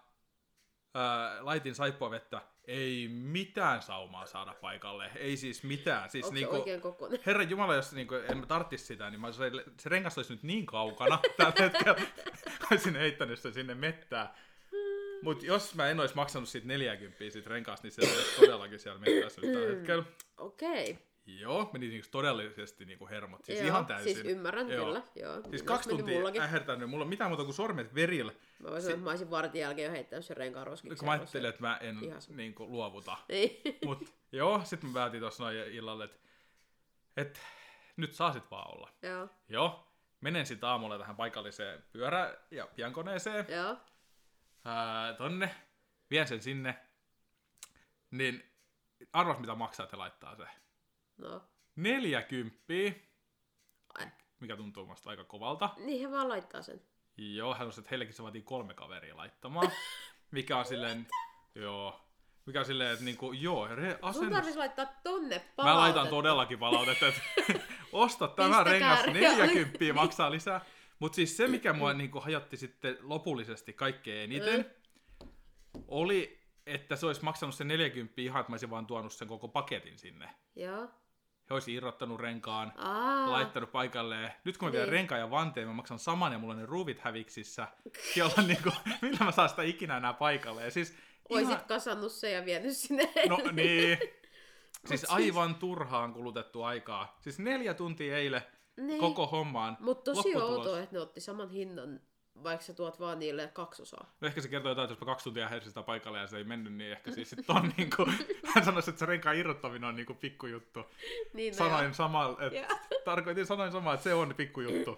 S2: ää, laitin saippuavettä. Ei mitään saumaa saada paikalle. Ei siis mitään. Siis
S1: Onko
S2: niinku,
S1: se oikein kokoinen?
S2: Herra Jumala, jos niin kuin, en mä tarttis sitä, niin mä, se, se rengas olisi nyt niin kaukana [LAUGHS] tällä hetkellä. Mä olisin heittänyt sen sinne mettään. Mut jos mä en olisi maksanut siitä 40 siitä renkaasta, niin se olisi todellakin siellä mettässä nyt tällä hetkellä.
S1: [LAUGHS] Okei. Okay.
S2: Joo, meni niinku todellisesti niinku hermot. Siis
S1: Joo,
S2: ihan täysin.
S1: Siis ymmärrän joo. kyllä. Joo. Niin
S2: Siis
S1: olisi
S2: kaksi
S1: mennyt
S2: tuntia
S1: mullakin.
S2: ähertänyt. Mulla on mitään muuta kuin sormet verillä.
S1: Mä voisin sanoa, että mä olisin vartin jälkeen jo heittänyt sen renkaan roskiksi.
S2: Kun mä ajattelin, että mä en
S1: Ihan sama.
S2: niinku, luovuta.
S1: [LAUGHS] Niin.
S2: Mut joo, sit mä päätin tossa noin illalle, että et, nyt saa sit vaan olla.
S1: joo.
S2: Joo, menen sitten aamulla tähän paikalliseen pyörä- ja piankoneeseen
S1: Joo.
S2: ää, tonne, vien sen sinne, niin arvas mitä maksaa, että laittaa se.
S1: No.
S2: 40,
S1: Ai.
S2: mikä tuntuu musta aika kovalta.
S1: Niin he vaan laittaa sen.
S2: Joo, hän on se, että heillekin se vaatii kolme kaveria laittamaan, mikä on silleen, joo. Mikä on silleen, että niinku, joo, re-
S1: Sun
S2: asennus.
S1: tarvitsisi laittaa tonne
S2: Mä
S1: palautetta.
S2: laitan todellakin palautetta, että [LAUGHS] osta tämä
S1: Pistäkää
S2: rengas
S1: re-
S2: 40 maksaa lisää. Mutta siis se, mikä mua niinku hajotti sitten lopullisesti kaikkein eniten, oli, että se olisi maksanut sen 40 ihan, että mä olisin vaan tuonut sen koko paketin sinne.
S1: Joo.
S2: He olisi irrottanut renkaan,
S1: Aa,
S2: laittanut paikalleen. Nyt kun mä vien
S1: Niin.
S2: renkaan ja vanteen, mä maksan saman ja mulla on ne ruuvit häviksissä. Jolla niinku, [LAUGHS] millä mä saan sitä ikinä enää paikalle. Ja siis,
S1: Oisit
S2: ihan-
S1: kasannut sen ja vienyt sinne.
S2: No niin. Siis
S1: siis-
S2: aivan turhaan kulutettu aikaa. Siis neljä tuntia eilen
S1: [LAUGHS] niin.
S2: koko hommaan.
S1: Mutta tosi
S2: lopputulos.
S1: outoa, että ne otti saman hinnan, vaikka sä tuot vaan niille kaksosaa.
S2: No ehkä se kertoo jotain, että jos mä kaksi tuntia häirisin sitä paikalle ja se ei mennyt, niin ehkä siis
S1: [LAUGHS]
S2: sit on niinku... Hän sanoisi, että se renkaan irrottaminen on niinku pikkujuttu.
S1: Niin, no
S2: Sanoin samaa,
S1: joo.
S2: että
S1: Joo.
S2: [LAUGHS] tarkoitin sanoin samaa, että se on
S1: [CLEARS THROAT]
S2: pikkujuttu.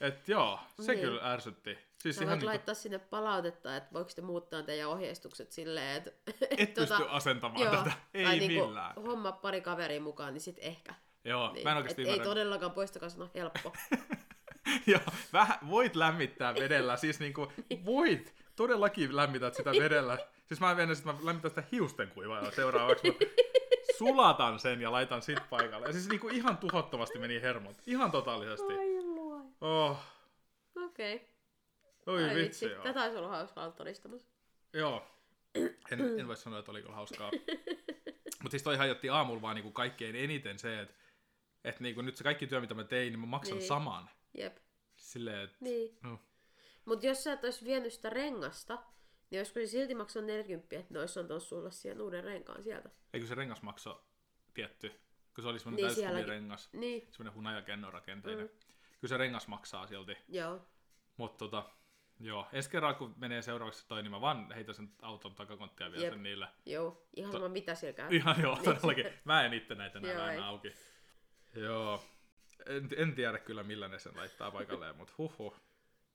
S2: Et joo, se
S1: Niin.
S2: kyllä ärsytti. Siis
S1: Sä
S2: ihan
S1: No, voit
S2: niinku,
S1: laittaa sinne palautetta, että voiko te muuttaa teidän ohjeistukset silleen, että...
S2: et pysty
S1: [LAUGHS]
S2: asentamaan tätä.
S1: tuota- tai
S2: Ei
S1: niinku,
S2: millään.
S1: homma pari kaveria mukaan, niin sit ehkä.
S2: Joo,
S1: Niin.
S2: mä en oikeesti
S1: Et ei
S2: ymmärrä.
S1: todellakaan poistokasana
S2: [LAUGHS]
S1: helppo.
S2: Ja vähän, voit lämmittää vedellä, siis niinku, voit, todellakin lämmität sitä vedellä. Siis mä menen, että mä lämmitän sitä hiusten kuivaa seuraavaksi, mä sulatan sen ja laitan sit paikalle. Ja siis niinku ihan tuhottomasti meni hermot, ihan totaalisesti.
S1: luoja.
S2: Oh,
S1: Okei.
S2: oi
S1: Ai
S2: vitsi, joo.
S1: Tätä olisi ollut hauska olla todistamassa.
S2: joo. En, en voi sanoa, että oli kyllä hauskaa. Mutta siis toi hajotti aamulla vaan niinku kaikkein eniten se, että et niinku nyt se kaikki työ, mitä mä tein, niin mä maksan
S1: Niin.
S2: saman.
S1: Jep.
S2: Silleen, että
S1: Niin.
S2: no,
S1: Mutta jos sä et olisi vienyt sitä rengasta, niin olisiko se silti maksanut 40, että ne olisi antanut sulle siihen uuden renkaan sieltä.
S2: Eikö se rengas maksa tietty? Kun se oli semmoinen
S1: Niin,
S2: niin täyskuvi
S1: sielläkin.
S2: rengas.
S1: Niin.
S2: Semmoinen hunajakennon rakenteinen.
S1: Mm.
S2: Mm. Kyllä se rengas maksaa silti.
S1: Joo.
S2: Mutta tota, joo. Ensi kerralla kun menee seuraavaksi toi, niin mä vaan heitän sen auton takakonttia vielä
S1: Jep.
S2: sen niille.
S1: Joo. Ihan sama mitä siellä käy.
S2: Tota, Ihan joo,
S1: Niin. [LAUGHS]
S2: todellakin. Mä en itse näitä näe
S1: Joo, ei.
S2: aina auki. Joo. En, en, tiedä kyllä millä ne sen laittaa paikalleen, mutta huhhuh.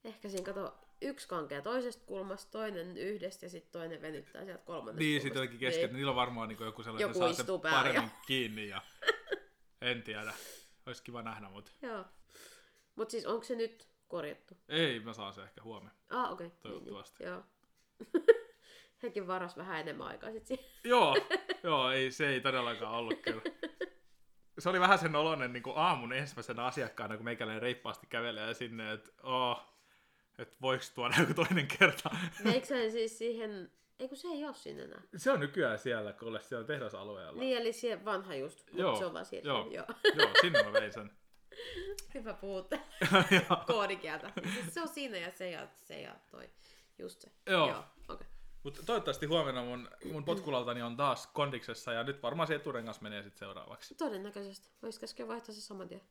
S1: Ehkä siinä kato yksi kankea toisesta kulmasta, toinen yhdestä ja sitten toinen venyttää sieltä kolmannesta
S2: Niin,
S1: kulmasta.
S2: sitten jotenkin kesken, niin. niillä on varmaan niin joku sellainen,
S1: Joku
S2: joku saa sen
S1: istuu päällä ja-
S2: paremmin
S1: [LAUGHS]
S2: kiinni ja en tiedä. Olisi kiva nähdä, mutta
S1: Joo. Mut siis onko se nyt korjattu?
S2: ei, mä saan se ehkä huomenna.
S1: Ah, okei. Okay.
S2: Toivottavasti.
S1: Niin, niin. Joo. [LAUGHS] Hekin varas vähän enemmän aikaa sit
S2: [LAUGHS]
S1: siihen.
S2: Joo, joo ei, se ei todellakaan ollut kyllä. Se oli vähän sen oloinen niin kuin aamun ensimmäisenä asiakkaana, kun meikäläinen reippaasti kävelee sinne, että oh, että voiko tuoda joku toinen kerta.
S1: Eikö se siis siihen... Ei kun se ei oo siinä enää.
S2: Se on nykyään siellä, kun olet siellä tehdasalueella.
S1: Niin, eli siihen vanha just, mut
S2: Joo,
S1: se on vaan siellä.
S2: joo.
S1: Joo. [LAUGHS]
S2: Joo, sinne mä vein sen. [LAUGHS]
S1: Hyvä puhutte
S2: Joo.
S1: koodikieltä. Siis se on siinä ja se ja se ja toi. Just se.
S2: Joo.
S1: Joo. Okay.
S2: Mutta toivottavasti huomenna mun, mun potkulautani on taas kondiksessa ja nyt varmaan se eturengas menee sitten seuraavaksi.
S1: Todennäköisesti. Voisi käskeä vaihtaa se saman tien.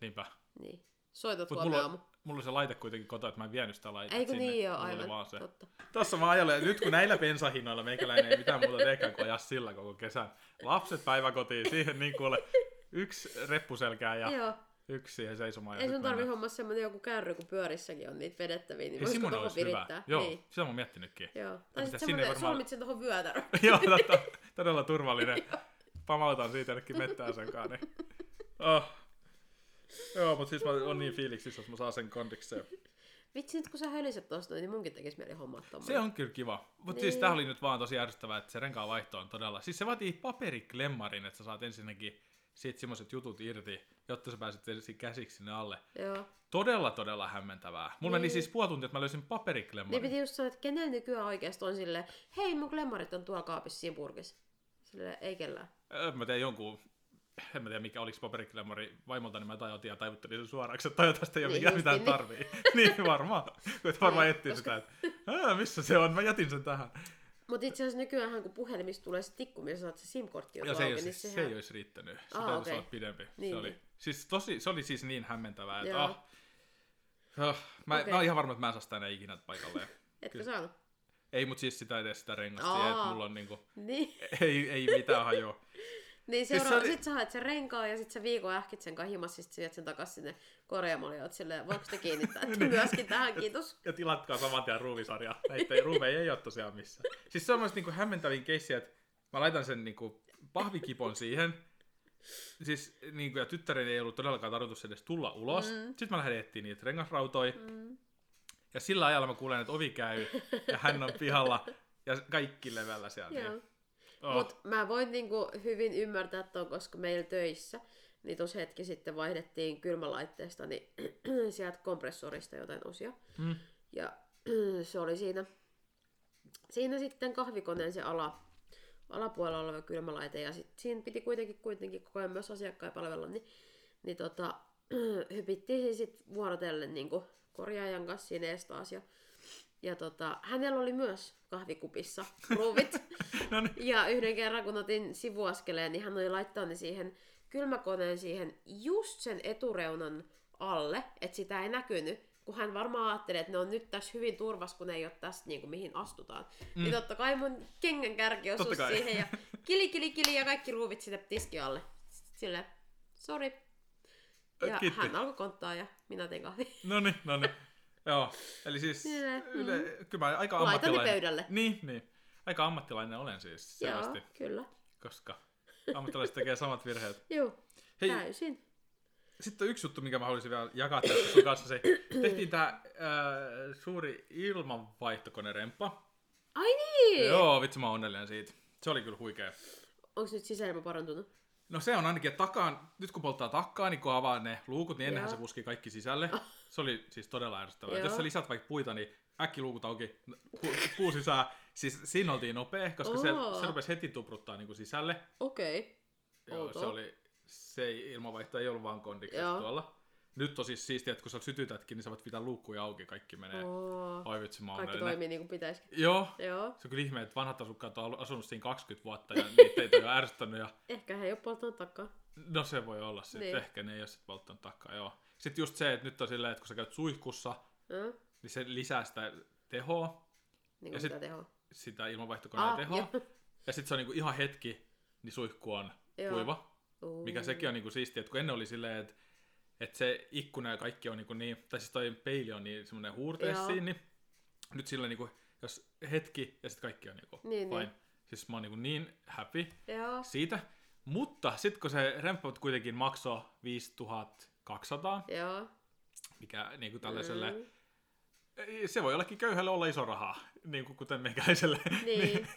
S2: Niinpä.
S1: Niin. Soitat
S2: Mutta
S1: huomenna
S2: mulla,
S1: aamu.
S2: mulla on se laite kuitenkin kotona, että mä en vienyt sitä laitetta
S1: Eikö
S2: sinne.
S1: niin joo,
S2: Mulla oli
S1: aivan.
S2: Vaan se.
S1: Totta.
S2: Tuossa mä ajelen, nyt kun näillä bensahinnoilla meikäläinen ei mitään muuta teekään kuin ajaa sillä koko kesän. Lapset päiväkotiin, siihen niin kuule yksi reppuselkää ja
S1: Joo.
S2: yksi siihen seisomaan. Ja
S1: Ei
S2: sit
S1: sun tarvi
S2: mennään.
S1: hommaa semmonen joku kärry, kun pyörissäkin on niitä vedettäviä, niin
S2: Ei,
S1: voisiko
S2: semmoinen
S1: tohon
S2: olisi virittää.
S1: virittää?
S2: hyvä. Joo,
S1: Niin.
S2: sitä mä oon miettinytkin. [LAUGHS]
S1: Joo.
S2: pitää
S1: Tai sitten
S2: sinne
S1: semmonen,
S2: varmaan-
S1: varmaan... solmit sen tohon vyötärön.
S2: Joo, totta, todella turvallinen. Pamautan siitä jonnekin mettään senkaan. Niin. Oh. Joo, mutta siis mä oon niin fiiliksissä, jos mä saan sen kondikseen.
S1: Vitsi, nyt kun sä höliset tosta, niin munkin tekis mieli hommaa tommonen.
S2: Se on kyllä kiva. Mutta niin. siis
S1: Niin.
S2: tää oli nyt vaan tosi ärsyttävää, että se renkaan vaihto on todella... Siis se vaatii paperiklemmarin, että sä saat ensinnäkin siitä semmoset jutut irti, jotta sä pääset ensin käsiksi sinne alle.
S1: Joo.
S2: Todella, todella hämmentävää. Mulla niin. meni
S1: Niin.
S2: siis puoli tuntia, että mä löysin
S1: Niin
S2: paperiklemmarin.
S1: piti just sanoa, että kenellä nykyään oikeesti on silleen, hei mun klemmarit on tuolla kaapissa siinä purkissa. Silleen, ei kellään.
S2: Öö, Mä tein jonkun en mä tiedä mikä oliko paperiklemari vaimolta, niin mä tajutin ja taivuttelin sen suoraksi, että tajutaan sitä ei ole
S1: Niin,
S2: mikään mitään
S1: justiin,
S2: tarvii. [LAUGHS] niin varmaan. Kun et varmaan
S1: Niin,
S2: etsii
S1: koska-
S2: sitä, että "Ää, missä se on, mä jätin sen tähän.
S1: Mut itse asiassa nykyäänhän, kun puhelimista tulee se tikku, millä saat se SIM-kortti,
S2: Ja
S1: joka
S2: se ei,
S1: auki,
S2: olisi,
S1: niin
S2: se ei
S1: sehän...
S2: olisi riittänyt. Se
S1: Aa,
S2: täytyisi
S1: okei.
S2: olla pidempi.
S1: Niin,
S2: se, oli.
S1: niin.
S2: Siis tosi, se oli siis niin hämmentävää, että
S1: Joo.
S2: ah, ah, mä,
S1: Okei.
S2: mä oon ihan varma, että mä en saa sitä enää ikinä [LAUGHS] paikalleen.
S1: Etkö
S2: Kyllä.
S1: saanut? [LAUGHS]
S2: ei mut siis sitä edes sitä
S1: Aa.
S2: rengasta, että mulla on niinku,
S1: Niin.
S2: ei, ei mitään hajoa.
S1: Niin
S2: Siis
S1: seuraava,
S2: se oli-
S1: sit sä haet sen renkaan ja sit sä viikon ähkit sen kanssa himassa, ja sit sä viet sen takas sinne korjaamolle ja oot silleen, voiko te
S2: [LAUGHS]
S1: kiinnittää että myöskin tähän, kiitos.
S2: Ja tilatkaa saman tien ruuvisarja. Näitä ei, ruuveja ei ole tosiaan missään. Siis se on myös niinku hämmentävin keissi, että mä laitan sen niinku pahvikipon siihen. Siis niinku, ja tyttären ei ollut todellakaan tarkoitus edes tulla ulos. Mm. Sitten mä lähdin etsimään niitä rengasrautoja. Mm. Ja sillä ajalla mä kuulen, että ovi käy ja hän on pihalla. Ja kaikki levällä siellä.
S1: Joo.
S2: Niin. Oh,
S1: Mut mä voin niinku hyvin ymmärtää ton, koska meillä töissä, niin tuossa hetki sitten vaihdettiin kylmälaitteesta, niin [CLEARS THROAT] sieltä kompressorista jotain osia.
S2: mm,
S1: Ja [CLEARS THROAT] se oli siinä, siinä sitten kahvikoneen se ala, alapuolella oleva kylmälaite. Ja sit siinä piti kuitenkin, kuitenkin koko ajan myös asiakkaita palvella. Niin, niin tota, [CLEARS THROAT] hypittiin siis sit vuorotellen niin korjaajan kanssa siinä ees taas. Ja, ja tota, hänellä oli myös kahvikupissa ruuvit.
S2: no niin,
S1: Ja yhden kerran, kun otin sivuaskeleen, niin hän oli laittanut ne siihen kylmäkoneen siihen just sen etureunan alle, että sitä ei näkynyt. Kun hän varmaan ajatteli, että ne on nyt tässä hyvin turvas, kun ne ei ole tässä niin kuin mihin astutaan. Mm. Niin totta kai mun kengän kärki osui
S2: Totta kai.
S1: siihen ja
S2: [LAUGHS]
S1: kili, kili, kili ja kaikki ruuvit sinne tiski alle. Sille, sorry. Ja
S2: Kiitti.
S1: hän alkoi konttaa ja minä tein
S2: [LAUGHS]
S1: kahvi.
S2: no niin, no niin. Joo, eli siis
S1: Niin,
S2: yle, kyllä mä aika
S1: Laitan ne
S2: ammattilainen.
S1: pöydälle.
S2: Niin, niin. Aika ammattilainen olen siis selvästi,
S1: Joo, kyllä.
S2: koska ammattilaiset tekee samat virheet.
S1: Joo,
S2: Hei,
S1: täysin.
S2: Sitten on yksi juttu, minkä mä haluaisin vielä jakaa tässä sun kanssa. Se, tehtiin tää äh, suuri ilmanvaihtokoneremppa.
S1: Ai niin!
S2: Joo, vitsi mä oon onnellinen siitä. Se oli kyllä huikea.
S1: Onko nyt sisäilma parantunut?
S2: No se on ainakin, että takaan, nyt kun polttaa takkaa, niin kun avaa ne luukut, niin ennenhän
S1: Joo.
S2: se puski kaikki sisälle. Se oli siis todella ärsyttävää.
S1: Joo.
S2: Et Jos sä lisät vaikka puita, niin äkki luukut auki, pu, puu sisään. Siis siinä oltiin nopea, koska se,
S1: Oo.
S2: se rupesi heti tupruttaa niin kuin sisälle.
S1: Okei.
S2: Joo,
S1: Outoa.
S2: se oli, se ei, ilmanvaihto ei ollut vaan kondiksessa
S1: Joo.
S2: tuolla. Nyt on siis siistiä, että kun sä sytytätkin, niin sä voit pitää luukkuja auki, kaikki menee.
S1: Oo.
S2: Ai vitsi, mä oon
S1: Kaikki
S2: onnellinen.
S1: toimii niin kuin pitäisikin.
S2: Joo,
S1: Joo.
S2: se on kyllä ihme, että vanhat asukkaat on asunut siinä 20 vuotta ja
S1: [LAUGHS]
S2: niitä ei ole jo ärsyttänyt. Ja...
S1: Ehkä he ei ole polttanut takkaa.
S2: No se voi olla sitten,
S1: Niin.
S2: niin. ehkä ne ei ole sitten polttanut takkaa, joo. Sitten just se, että nyt on silleen, että kun sä käyt suihkussa,
S1: Joo.
S2: niin se lisää sitä tehoa,
S1: Niin
S2: Ja
S1: kuin
S2: sit-
S1: mitä tehoa.
S2: sitä ilmanvaihtokoneen
S1: Ah,
S2: ah, tehoa.
S1: joo.
S2: Ja sitten se on niinku ihan hetki, niin suihku on
S1: Joo. Mm.
S2: joo. kuiva,
S1: Uu.
S2: [LAUGHS] mikä sekin on niinku siistiä, että kun ennen oli silleen, että että se ikkuna ja kaikki on niinku niin, tai siis toi peili on niin semmoinen huurteessa
S1: Joo.
S2: siinä, niin nyt silleen niinku, jos hetki ja sitten kaikki on niinku
S1: Niin,
S2: fine.
S1: niin.
S2: Siis mä oon niinku niin happy,
S1: Joo.
S2: siitä. Mutta sitten kun se remppot kuitenkin maksoi 5200,
S1: Joo.
S2: mikä niin kuin tällaiselle,
S1: Mm.
S2: se voi jollekin köyhälle olla iso rahaa, niin kuin kuten meikäläiselle. [LAUGHS]
S1: Niin.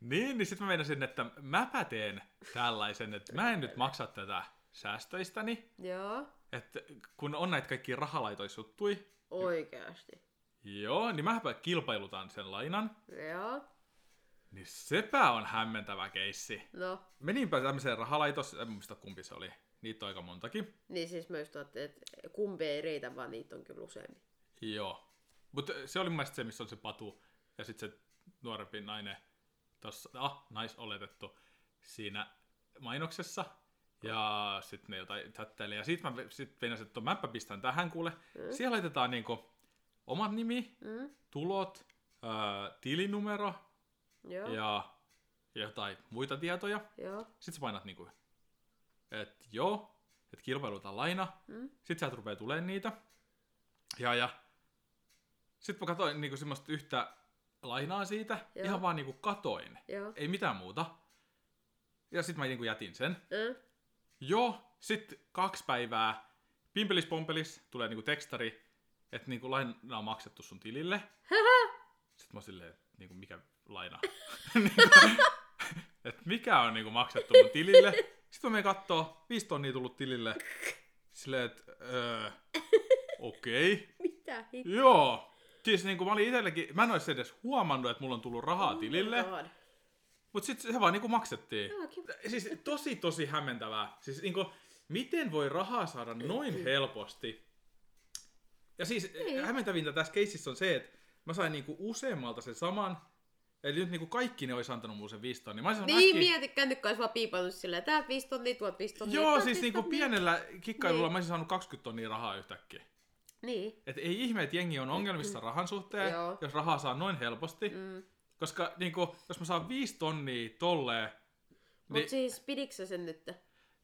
S2: niin, niin sitten mä meinasin, että mäpä teen tällaisen, että mä en nyt maksa tätä säästöistäni,
S1: Joo.
S2: että kun on näitä kaikki rahalaitoisjuttui,
S1: Oikeasti.
S2: joo, niin mäpä kilpailutan sen lainan,
S1: Joo.
S2: niin sepä on hämmentävä keissi.
S1: No.
S2: Meninpä tämmöiseen rahalaitos, en muista kumpi se oli, niitä on aika montakin.
S1: Niin siis mä just ajattelin, että kumpi ei riitä, vaan niitä on kyllä useampi.
S2: Joo. Mutta se oli mun mielestä se, missä on se patu ja sitten se nuorempi nainen, tossa, ah, naisoletettu, siinä mainoksessa. Ja sitten ne jotain chattailee. Ja sitten mä sit veinasin, että no, mäpä pistän tähän kuule. Mm. Siellä laitetaan niinku omat nimi,
S1: Mm.
S2: tulot, ää, tilinumero
S1: Joo.
S2: ja, ja jotain muita tietoja.
S1: Joo.
S2: Sitten sä painat niinku, että joo, että kilpailutaan laina.
S1: Mm.
S2: Sitten sieltä rupeaa tulemaan niitä. Ja, ja. Sitten mä katsoin niinku semmoista yhtä lainaa siitä.
S1: Joo.
S2: Joo. Ihan vaan niinku katoin.
S1: Joo.
S2: Ei mitään muuta. Ja sitten mä niinku jätin sen.
S1: Mm.
S2: Joo, sitten kaksi päivää. Pimpelis pompelis tulee niinku tekstari, että niinku laina on maksettu sun tilille. sitten mä oon silleen, että niinku mikä laina. [LAUGHS] että mikä on niinku maksettu mun tilille. Sitten mä menen kattoo, viisi tonnia tullut tilille. Silleen, että öö, okei. Okay.
S1: Mitä hittoa?
S2: Joo. Siis niinku mä olin itsellekin, mä en olisi edes huomannut, että mulla on tullut rahaa tilille.
S1: Oh God.
S2: Mutta sitten se vaan niinku maksettiin.
S1: Joo, kiva.
S2: Siis tosi tosi hämmentävää. Siis niinku, miten voi rahaa saada noin helposti? Ja siis
S1: Niin.
S2: hämmentävintä tässä keississä on se, että mä sain niinku useammalta sen saman. Eli nyt niinku kaikki ne olisi antanut mulle sen 5 tonnia. Mä olisin
S1: Niin,
S2: äkkiä-
S1: mieti, kännykkä olisi vaan piipannut silleen, täältä 5 tonnia, tuot 5 tonnia.
S2: Joo,
S1: täältä
S2: siis
S1: viisi
S2: niinku
S1: tonnia.
S2: pienellä kikkailulla
S1: Niin.
S2: mä olisin saanut 20 tonnia rahaa yhtäkkiä.
S1: Niin,
S2: Et ei ihme, että jengi on ongelmissa rahan suhteen,
S1: Mm. Joo.
S2: jos rahaa saa noin helposti.
S1: Mm.
S2: Koska niinku, jos mä saan 5 tonnia tolleen,
S1: mut
S2: Niin.
S1: siis pidikö sä sen nyt?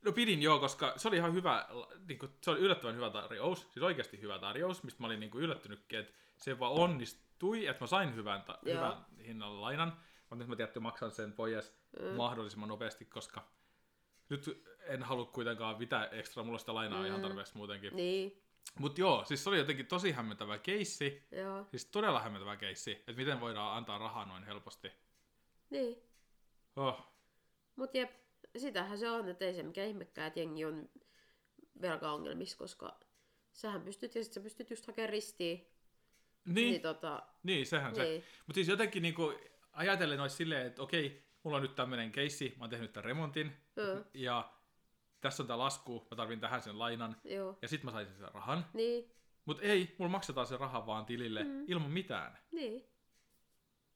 S2: No pidin joo, koska se oli ihan hyvä, niin kuin, se oli yllättävän hyvä tarjous, siis oikeasti hyvä tarjous, mistä mä olin niin kuin, yllättynytkin, että se vaan onnistui, että mä sain hyvän, ta-
S1: Joo.
S2: hyvän hinnan lainan, mutta nyt mä tietty maksan sen pois
S1: Mm.
S2: mm. mahdollisimman nopeasti, koska nyt en halua kuitenkaan mitään ekstra, mulla on sitä lainaa mm. ihan
S1: Mm.
S2: tarpeeksi muutenkin.
S1: Niin.
S2: Mutta joo, siis se oli jotenkin tosi hämmentävä keissi,
S1: Joo,
S2: siis todella hämmentävä keissi, että miten voidaan antaa rahaa noin helposti.
S1: niin.
S2: Oh,
S1: Mut jep, sitähän se on, että ei se mikään ihmekään, että jengi on velkaongelmissa, koska sähän pystyt ja sit sä pystyt just hakemaan ristiin.
S2: niin,
S1: niin tota,
S2: Niin, sehän niin. se.
S1: Niin.
S2: Mutta siis jotenkin niinku, ajatellen olisi silleen, että okei, mulla on nyt tämmöinen keissi, mä oon tehnyt tämän remontin,
S1: Joo.
S2: ja tässä on tämä lasku, mä tarvin tähän sen lainan,
S1: joo.
S2: ja sitten mä saisin sen rahan.
S1: Niin,
S2: Mutta ei, mulla maksetaan se raha vaan tilille, mm. ilman mitään.
S1: niin.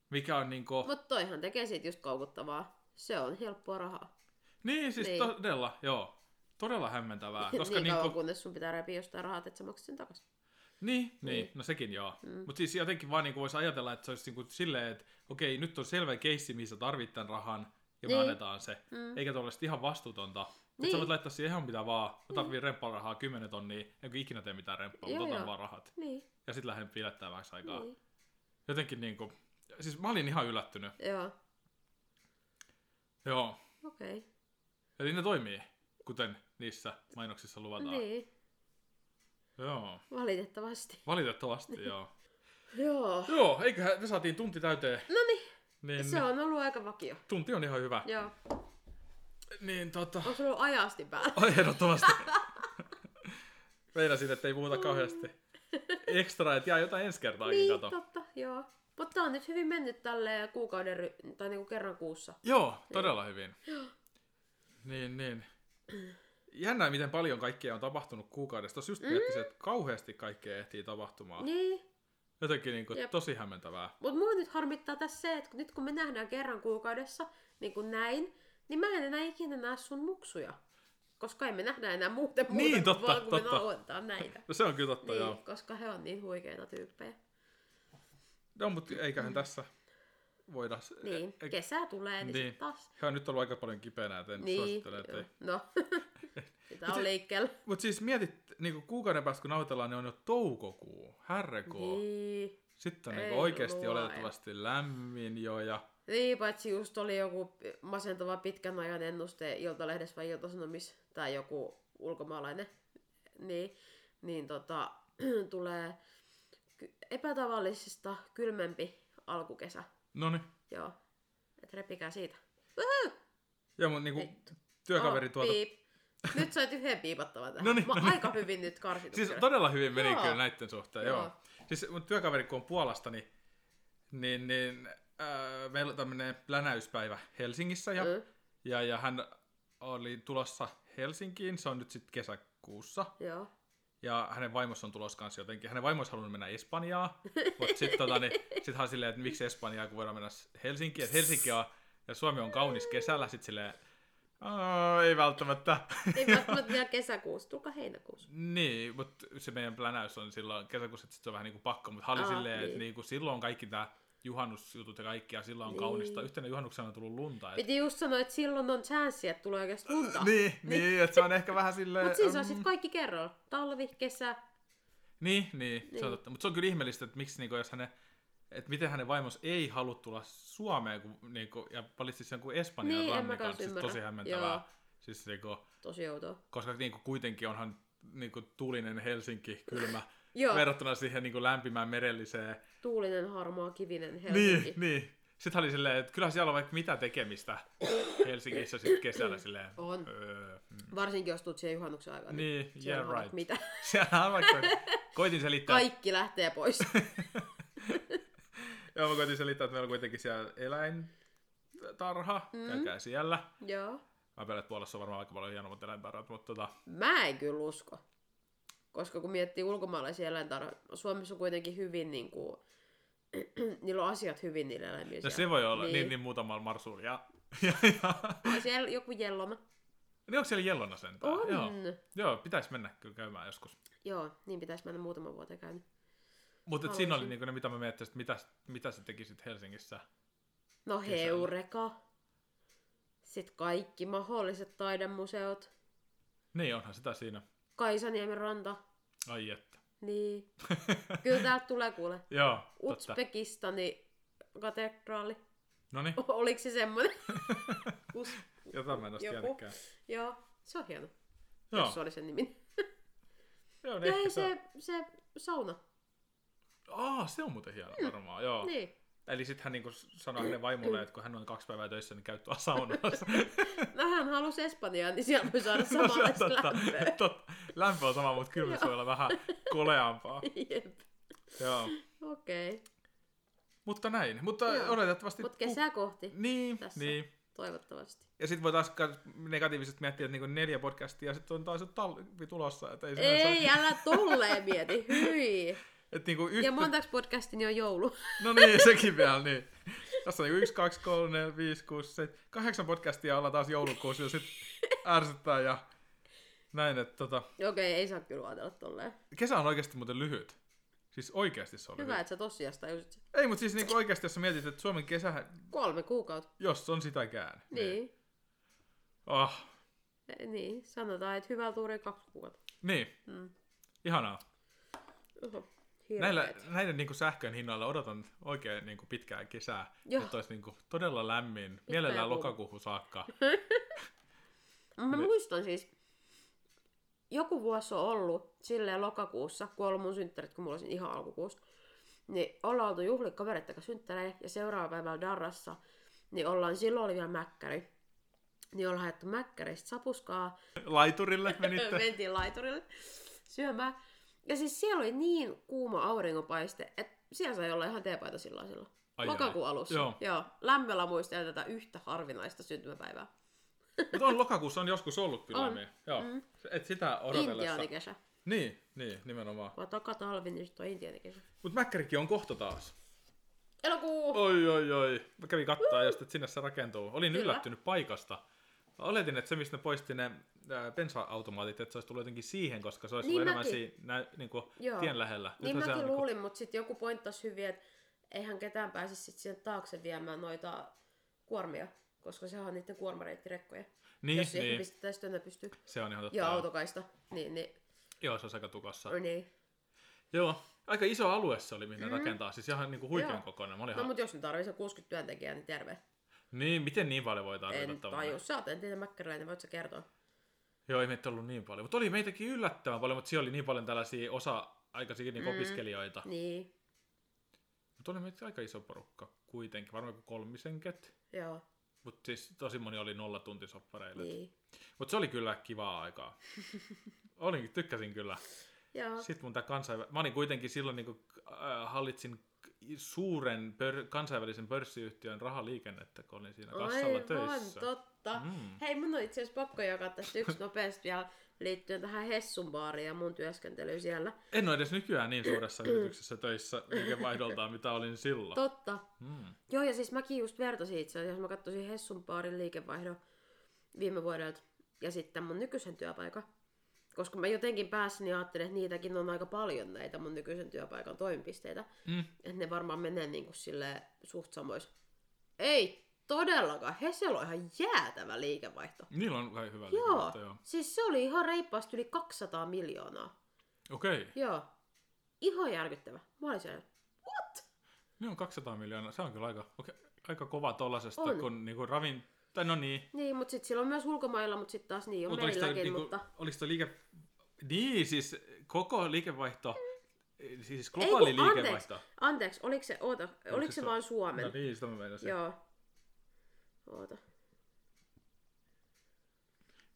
S2: Mikä on niinku... Mut...
S1: Mutta toihan tekee siitä just koukuttavaa. Se on helppoa rahaa.
S2: Niin, siis niin.
S1: niin.
S2: todella, joo. Todella
S1: [LAUGHS]
S2: [LAUGHS] hämmentävää. Koska
S1: niin kauan,
S2: niinku...
S1: kunnes sun pitää repiä jostain rahat, että sä maksat sen takaisin.
S2: Niin, niin,
S1: Niin.
S2: no sekin joo. Mm. Mutta siis jotenkin vaan niinku voisi ajatella, että se olisi niinku silleen, että okei, nyt on selvä keissi, missä tarvit tämän rahan, ja me
S1: Niin.
S2: annetaan se. Mm. Eikä tuollaista ihan vastuutonta. Niin. Että sä
S1: Niin.
S2: voit laittaa siihen ihan mitä vaan. Mä tarviin mm. rempparahaa 10 tonnia, enkä ikinä tee mitään remppaa, mutta
S1: Joo,
S2: otan
S1: joo.
S2: vaan rahat.
S1: Niin,
S2: Ja sitten lähden pilettää vähän aikaa. Niin.
S1: niin.
S2: Jotenkin niinku, siis mä olin ihan yllättynyt.
S1: Joo,
S2: Joo.
S1: okei.
S2: Eli ne toimii, kuten niissä mainoksissa luvataan.
S1: Niin,
S2: Joo.
S1: valitettavasti.
S2: Valitettavasti, joo.
S1: Joo.
S2: Joo, eiköhän me saatiin tunti täyteen.
S1: No niin,
S2: Niin,
S1: se on ollut aika vakio.
S2: tunti on ihan hyvä.
S1: Joo.
S2: Niin tota... [LAUGHS]
S1: Onko sulla ollut ajasti päällä?
S2: Ai ehdottomasti. [LAUGHS] Meinasin, että ei puhuta
S1: [LAUGHS]
S2: kauheasti. Ekstra, että jää jotain ensi kertaakin
S1: Niin,
S2: kato.
S1: totta, joo. Mutta tää on nyt hyvin mennyt tälleen kuukauden, ry- tai niinku kerran kuussa.
S2: Joo, todella hyvin. Niin, niin. Jännää, miten paljon kaikkea on tapahtunut kuukaudesta. Tuossa just miettisin, että kauheasti kaikkea ehtii tapahtumaan.
S1: Mm. Niin,
S2: Jotenkin niin kuin,
S1: Jep.
S2: tosi hämmentävää.
S1: Mutta mua nyt harmittaa tässä se, että nyt kun me nähdään kerran kuukaudessa, niin kuin näin, niin mä en enää ikinä näe sun muksuja. Koska ei me nähdä enää muuten muuta,
S2: Niin,
S1: kuin
S2: totta,
S1: vaan kun me
S2: totta.
S1: nauhoitetaan näitä.
S2: No se on kyllä totta, niin.
S1: niin,
S2: joo. E,
S1: koska he on niin huikeita tyyppejä.
S2: No, mutta eiköhän tässä voida...
S1: Mm. Niin,
S2: e- e-
S1: kesä tulee, niin,
S2: niin.
S1: niin. taas.
S2: Hän on nyt ollut aika paljon kipeänä, joten niin.
S1: Niin,
S2: suosittelen, että
S1: joo.
S2: ei
S1: no, [LAUGHS] sitä on liikkeellä.
S2: Mutta siis mietit, niinku kuukauden päästä kun nauhoitellaan, niin on jo toukokuu, härrekuu. Niin.
S1: Niin.
S2: Sitten on
S1: Ei
S2: niinku oikeasti
S1: luoja.
S2: oletettavasti lämmin jo ja
S1: Niin, paitsi just oli joku masentava pitkän ajan ennuste Iltalehdessä vai Iltasanomis, tai joku ulkomaalainen, niin, niin tota, [CLEARS THROAT] tulee ky- epätavallisista kylmempi alkukesä.
S2: no niin.
S1: Joo, et repikää siitä.
S2: Ja mun niinku
S1: Vittu.
S2: työkaveri tuota No
S1: Oh,
S2: tuolta...
S1: piip. Nyt sait yhden piipattavan
S2: [LAUGHS]
S1: tähän.
S2: Noniin,
S1: Mä oon
S2: noniin.
S1: aika hyvin nyt karsinut.
S2: niin. Siis
S1: kyllä.
S2: todella hyvin meni
S1: Joo.
S2: kyllä näiden suhteen, joo. joo.
S1: Joo.
S2: Siis mun työkaveri kun on Puolasta, niin, niin, niin äh, meillä on tämmönen plänäyspäivä Helsingissä ja, mm.
S1: Mm.
S2: ja, ja hän oli tulossa Helsinkiin, se on nyt sitten kesäkuussa.
S1: Joo,
S2: Ja hänen vaimossa on tulos kanssa jotenkin. Hänen vaimo olisi halunnut mennä Espanjaan, mutta sitten tota, niin, sit hän on silleen, että miksi Espanjaan, kun voidaan mennä Helsinkiin. Että Helsinki on, ja Suomi on kaunis kesällä, sitten silleen, "Aa, ei välttämättä.
S1: ei välttämättä vielä kesäkuussa, tulkaa heinäkuussa.
S2: niin, mutta se meidän plänäys on silloin kesäkuussa, että sit se on vähän niin kuin pakko, mutta hän oli
S1: Aa,
S2: silleen, että
S1: niin.
S2: niin kuin silloin on kaikki tämä juhannusjutut ja kaikki, ja silloin on
S1: Niin.
S2: kaunista. Yhtenä juhannuksena on tullut lunta. Et...
S1: Piti just sanoa, että silloin on chanssi, että tulee oikeasti lunta. [LAUGHS]
S2: [LAUGHS] Niin, niin, että se on ehkä vähän silleen...
S1: Mut siis on
S2: mm,
S1: sit kaikki kerralla. Talvi, kesä.
S2: Niin, niin, niin. se on
S1: Niin.
S2: totta. Mutta se on kyllä ihmeellistä, että miksi, niinku, jos hänen, että miten hänen vaimonsa ei halua tulla Suomeen kun, niinku, ja valitsi sen kuin Espanjan
S1: Niin, en mä
S2: rannikan.
S1: kans
S2: Siis
S1: ymmärrä.
S2: tosi hämmentävää.
S1: Joo.
S2: Siis, niinku,
S1: Tosi outoa.
S2: koska niinku, kuitenkin onhan niinku, tuulinen Helsinki kylmä
S1: Joo.
S2: verrattuna siihen niinku, lämpimään merelliseen.
S1: Tuulinen, harmaa, kivinen Helsinki.
S2: Niin, niin. Sitten hän oli silleen, että kyllä siellä on vaikka mitä tekemistä Helsingissä sitten kesällä silleen.
S1: On.
S2: Öö, mm.
S1: Varsinkin jos tulet siihen juhannuksen aikaan.
S2: Niin,
S1: siellä
S2: yeah
S1: on
S2: right.
S1: Mitä?
S2: [LAUGHS] Siellä
S1: [LAUGHS]
S2: on vaikka, koitin selittää,
S1: Kaikki lähtee
S2: [LAUGHS]
S1: pois.
S2: Joo, mä koitin selittää, että meillä on kuitenkin siellä eläintarha, mm. käykää siellä.
S1: Joo.
S2: Mä pelät puolessa on varmaan aika paljon hienommat eläintarhat, mutta tota,
S1: Mä en kyllä usko. Koska kun miettii ulkomaalaisia eläintarhoja, Suomessa on kuitenkin hyvin niin kuin, [CLEARS THROAT] niillä on asiat hyvin niillä eläimillä.
S2: no
S1: siellä.
S2: se voi olla, niin,
S1: Niin.
S2: niin, niin muutamalla marsuilla. Ja, [LAUGHS] ja, ja.
S1: Ai, siellä joku jellona.
S2: Niin onko siellä jellona sentään?
S1: On.
S2: Joo.
S1: Joo.
S2: Joo, pitäisi mennä kyllä käymään joskus.
S1: Joo, niin pitäisi mennä muutama vuoteen käynyt.
S2: Mutta siinä oli
S1: Haluaisin.
S2: niinku ne, mitä mä miettisin, että mitä, mitä sä tekisit Helsingissä.
S1: No
S2: Kesällä.
S1: heureka. Sitten kaikki mahdolliset taidemuseot.
S2: Niin, onhan sitä siinä.
S1: Kaisaniemen ranta.
S2: Ai että. [LAUGHS]
S1: Niin. Kyllä täältä tulee kuule.
S2: Joo, totta.
S1: Uzbekistani katedraali.
S2: Noniin,
S1: Oliko se
S2: [LAUGHS]
S1: semmoinen? Us...
S2: jota mä en olisi
S1: Joku.
S2: tiennytkään.
S1: Joo, se on hieno. Joo.
S2: Joo,
S1: Jos se oli sen nimi.
S2: Se on
S1: Ja
S2: ehkä
S1: ei
S2: se...
S1: se, se sauna.
S2: Aa, se on muuten hieno varmaan, joo.
S1: Niin.
S2: Eli sitten hän niinku sanoi hänen vaimolle, että kun hän on kaksi päivää töissä, niin käy tuolla
S1: [LAUGHS]
S2: saunassa.
S1: No hän halusi Espanjaan, niin siellä voi saada
S2: [LAUGHS] No se on
S1: samanlaista
S2: totta.
S1: lämpöä.
S2: Totta. Lämpö on sama, mutta kylmyys voi olla vähän koleampaa.
S1: Jep.
S2: Joo.
S1: Okei. Okay.
S2: Mutta näin. Mutta
S1: Joo.
S2: oletettavasti...
S1: Mutta
S2: ku-
S1: kesää kohti,
S2: Niin,
S1: tässä.
S2: niin.
S1: toivottavasti.
S2: Ja sitten voi taas kans negatiivisesti miettiä, että niinku neljä podcastia ja sitten on taas jo talvi tulossa. Että ei, sinänsä-
S1: Ei, älä tolleen mieti, hyi.
S2: että niinku yhtä...
S1: Ja montaks podcastini on joulu? [LAUGHS]
S2: No niin, [LAUGHS] sekin vielä, niin. Tässä on niinku yksi, kaksi, kolme, neljä, viisi, kuusi, seitsemän, kahdeksan podcastia ollaan taas joulukuussa ja sitten ärsyttää ja näin, että tota,
S1: Okei, okay, ei saa kyllä ajatella tolleen.
S2: kesä on oikeasti muuten lyhyt. Siis oikeasti se on
S1: Hyvä,
S2: lyhyt.
S1: että sä tosiasta just
S2: Ei, mutta siis niinku oikeasti, jos sä mietit, että Suomen kesä,
S1: kolme kuukautta.
S2: jos on sitäkään.
S1: Niin.
S2: Ah,
S1: Eh, Niin, sanotaan, että hyvä tuuri kaksi kuukautta.
S2: niin.
S1: Mm.
S2: Ihanaa.
S1: Oho,
S2: Näillä,
S1: hirveet.
S2: näiden niin kuin sähkön hinnoilla odotan oikein niin kuin pitkää kesää,
S1: Joo.
S2: että olisi niin kuin todella lämmin,
S1: ja
S2: mielellään
S1: kuuma.
S2: lokakuuhun saakka. [LAUGHS]
S1: Mä
S2: Ne-
S1: muistan siis, joku vuosi on ollut silleen lokakuussa, kun on ollut mun synttärit, kun mulla olisin ihan alkukuussa, niin ollaan oltu juhlikavereiden kanssa synttäreen ja seuraava päivällä Darrassa, niin ollaan, silloin oli vielä mäkkäri, niin ollaan haettu mäkkäristä sapuskaa,
S2: Laiturille
S1: [LAUGHS]
S2: menitte?
S1: mentiin laiturille syömään. Ja siis siellä oli niin kuuma auringonpaiste, että siellä sai olla ihan teepaita silloin silloin.
S2: Ai
S1: Lokakuun
S2: ai.
S1: alussa.
S2: Joo.
S1: Joo. Lämmöllä muistelen tätä yhtä harvinaista syntymäpäivää.
S2: Mutta on lokakuussa on joskus ollut kyllä.
S1: On.
S2: niin. Joo.
S1: Mm.
S2: Et sitä odotellessa.
S1: Intiaanikesä.
S2: Niin, niin, nimenomaan.
S1: Vaan toka talvi, niin sitten on intiaanikesä.
S2: Mut Mäkkärikin on kohta taas.
S1: Elokuu!
S2: Oi, oi, oi. Mä kävin kattaa ja sitten sinne se rakentuu. Olin
S1: Kyllä.
S2: yllättynyt paikasta. Mä Oletin, että se, mistä ne poisti ne ää, bensa-automaatit, että se olisi tullut jotenkin siihen, koska se olisi
S1: Niin
S2: ollut enemmän
S1: mäkin.
S2: siinä nä, niin kuin
S1: Joo.
S2: tien lähellä.
S1: Niin
S2: Nythän se
S1: mäkin
S2: on, niinku-
S1: luulin, mutta sitten joku pointtasi hyvin, että eihän ketään pääsisi sit sinne taakse viemään noita kuormia, koska sehän on niiden kuormareittirekkoja.
S2: Niin,
S1: Jos siihen
S2: niin.
S1: pistettäisiin tönä pystyy.
S2: Se on ihan totta.
S1: Ja
S2: joo.
S1: autokaista. Niin, niin.
S2: Joo, se on aika tukossa.
S1: No, niin.
S2: Joo, aika iso alue se oli, mihin mm. rakentaa. Siis ihan niinku huikean
S1: Joo.
S2: kokoinen. Mä olin
S1: No
S2: ihan...
S1: mut jos ne tarvitsee 60 työntekijää, niin terve.
S2: Niin, miten niin paljon voi tarvita
S1: En
S2: tommonen?
S1: tajua. Sä oot entinen mäkkäriläinen, voit sä kertoa?
S2: Joo, ei meitä ollut niin paljon. Mutta oli meitäkin yllättävän paljon, mutta siellä oli niin paljon tällaisia osa-aikaisia niin
S1: Mm.
S2: opiskelijoita.
S1: Niin.
S2: Mutta oli meitä aika iso porukka kuitenkin, varmaan joku kolmisenket.
S1: Joo.
S2: Mutta siis tosi moni oli nollatuntisoppareilla. Niin.
S1: Niin.
S2: Mutta se oli kyllä kivaa
S1: [LAUGHS]
S2: aikaa. Olin, tykkäsin kyllä.
S1: Joo.
S2: Sitten mun tää kansainvä... Mä olin kuitenkin silloin niin kuin, äh, hallitsin suuren pör- kansainvälisen pörssiyhtiön rahaliikennettä, kun olin siinä kassalla töissä.
S1: totta.
S2: Mm.
S1: Hei, mun on itse asiassa pakko jakaa tästä
S2: [LAUGHS]
S1: yksi nopeasti vielä liittyen tähän Hessun baariin ja mun työskentelyyn siellä.
S2: En ole edes nykyään niin
S1: [CLEARS THROAT]
S2: suuressa yrityksessä töissä liikevaihdoltaan, mitä olin silloin.
S1: Totta.
S2: Mm.
S1: Joo, ja siis mäkin just vertasin itse asiassa, mä katsoin Hessun baarin liikevaihdon viime vuodelta ja sitten mun nykyisen työpaikan. Koska mä jotenkin päässäni ajattelin, että niitäkin on aika paljon näitä mun nykyisen työpaikan toimipisteitä.
S2: Mm.
S1: Että ne varmaan menee niinku sille suht samois. Ei todellakaan, Hesellä on ihan jäätävä liikevaihto.
S2: Niillä on kai hyvä
S1: Joo,
S2: liikevaihto, joo.
S1: siis se oli ihan reippaasti yli 200 miljoonaa.
S2: Okei, okay.
S1: Joo. Ihan järkyttävä. Mä olin siellä, what?
S2: ne on 200 miljoonaa. Se on kyllä aika, okay, aika kova tollasesta,
S1: On.
S2: kun niinku ravin... Tai no niin.
S1: Niin, mutta sitten sillä on myös ulkomailla, mutta sitten taas niin on
S2: Mut
S1: Mut
S2: oliko toi
S1: meilläkin,
S2: niinku,
S1: mutta...
S2: oliko toi liike... Niin, siis koko liikevaihto, siis
S1: Ei,
S2: globaali
S1: kun anteeksi.
S2: liikevaihto.
S1: Anteeksi, oliko se, oota, oliko,
S2: Oliko se
S1: se,
S2: se-
S1: vaan Suomen?
S2: No niin, sitä mä meinasin.
S1: Joo. Oota.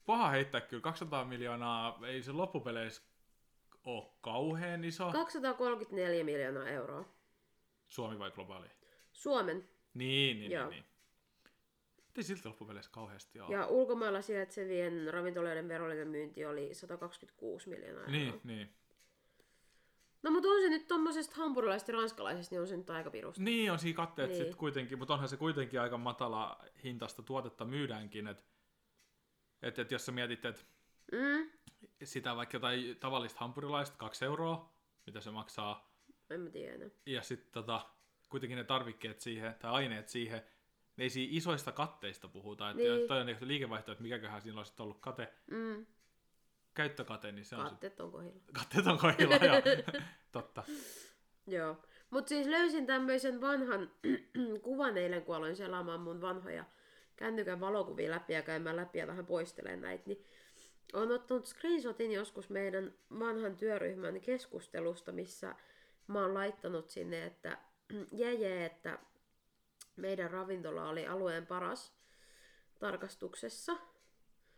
S2: Paha heittää kyllä, 200 miljoonaa, ei se loppupeleissä ole kauhean iso.
S1: 234 miljoonaa euroa.
S2: Suomi vai globaali?
S1: Suomen.
S2: Niin, niin, niin,
S1: Joo.
S2: niin. Ei silti loppupeleissä kauheasti ole.
S1: Ja ulkomailla sijaitsevien ravintoloiden verollinen myynti oli 126 miljoonaa euroa.
S2: Niin, niin.
S1: No mutta on se nyt tommosesta hampurilaisesta ja ranskalaisesta, niin on se nyt aika pirusta.
S2: Niin, on siinä katteet niin.
S1: Niin.
S2: sitten kuitenkin, mutta onhan se kuitenkin aika matala hintasta tuotetta myydäänkin, että et, et jos sä mietit, että
S1: Mm,
S2: sitä vaikka jotain tavallista hampurilaista, kaksi euroa, mitä se maksaa,
S1: en mä tiedä. enää.
S2: ja sitten tota, kuitenkin ne tarvikkeet siihen, tai aineet siihen, ne ei siinä isoista katteista puhuta, että niin.
S1: Niin.
S2: toi on ehkä liikevaihto, että mikäköhän siinä olisi ollut kate,
S1: Mm,
S2: käyttökate, niin se on sitten,
S1: katteet on kohdilla.
S2: katteet on kohdilla, ja
S1: [LAUGHS]
S2: totta.
S1: Joo. Mut siis löysin tämmöisen vanhan [CLEARS THROAT] kuvan eilen, kun aloin selaamaan mun vanhoja kännykän valokuvia läpi ja käymään läpi ja vähän poisteleen näitä, niin Olen ottanut screenshotin joskus meidän vanhan työryhmän keskustelusta, missä mä oon laittanut sinne, että [CLEARS THROAT] jäjee, että meidän ravintola oli alueen paras tarkastuksessa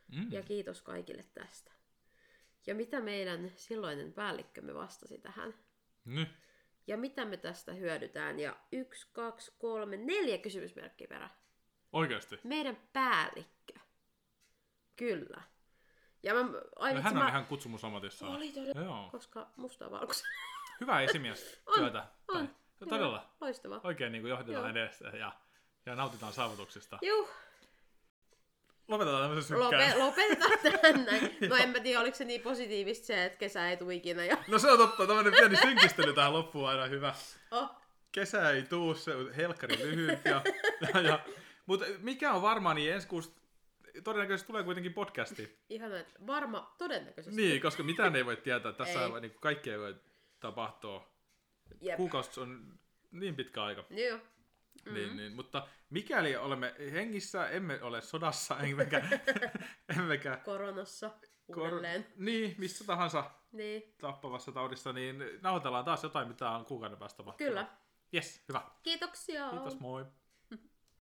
S2: Mm.
S1: ja kiitos kaikille tästä. Ja mitä meidän silloinen päällikkömme vastasi tähän?
S2: Nyt.
S1: Ja mitä me tästä hyödytään? Ja yksi, kaksi, kolme, neljä kysymysmerkkiä perä.
S2: Oikeasti.
S1: Meidän päällikkö. Kyllä. Ja mä, ai,
S2: No,
S1: vitsi,
S2: hän on
S1: mä...
S2: ihan kutsumusammatissaan.
S1: Oli todella,
S2: Joo.
S1: koska musta on valkoisen.
S2: Hyvä
S1: [LAUGHS]
S2: esimies
S1: On,
S2: työtä.
S1: on.
S2: Tai- No, Todella.
S1: [LAUGHS] Loistavaa.
S2: Oikein niin kuin johdetaan
S1: Joo.
S2: edestä ja, ja nautitaan saavutuksista.
S1: Juh,
S2: Lopetetaan tämmöisen sykkään.
S1: lope, lopetetaan [LAUGHS] tähän näin. No en mä tiedä, oliko se niin positiivista se, että kesä ei tule ikinä. Ja... [LAUGHS]
S2: No se on totta, tämmöinen pieni synkistely tähän loppuun aina hyvä.
S1: Oh,
S2: Kesä ei tuu, se on helkkari lyhyt. Ja, ja, ja, mutta mikä on varmaan, niin ensi kuussa todennäköisesti tulee kuitenkin podcasti.
S1: ihana, että varma todennäköisesti.
S2: Niin, koska mitään ei voi tietää. Tässä
S1: Ei.
S2: ei. Niin kaikkea voi tapahtua.
S1: Jep.
S2: Kuukausi on niin pitkä aika.
S1: Joo.
S2: Mm-hmm.
S1: Mm.
S2: Niin, niin, mutta mikäli olemme hengissä, emme ole sodassa, emmekä,
S1: [LAUGHS]
S2: emmekä
S1: Koronassa
S2: kor-
S1: uudelleen.
S2: niin, missä tahansa
S1: Niin,
S2: tappavassa taudissa, niin nauhoitellaan taas jotain, mitä on kuukauden päästä tapahtunut.
S1: kyllä.
S2: Yes, hyvä.
S1: Kiitoksia.
S2: Kiitos, moi.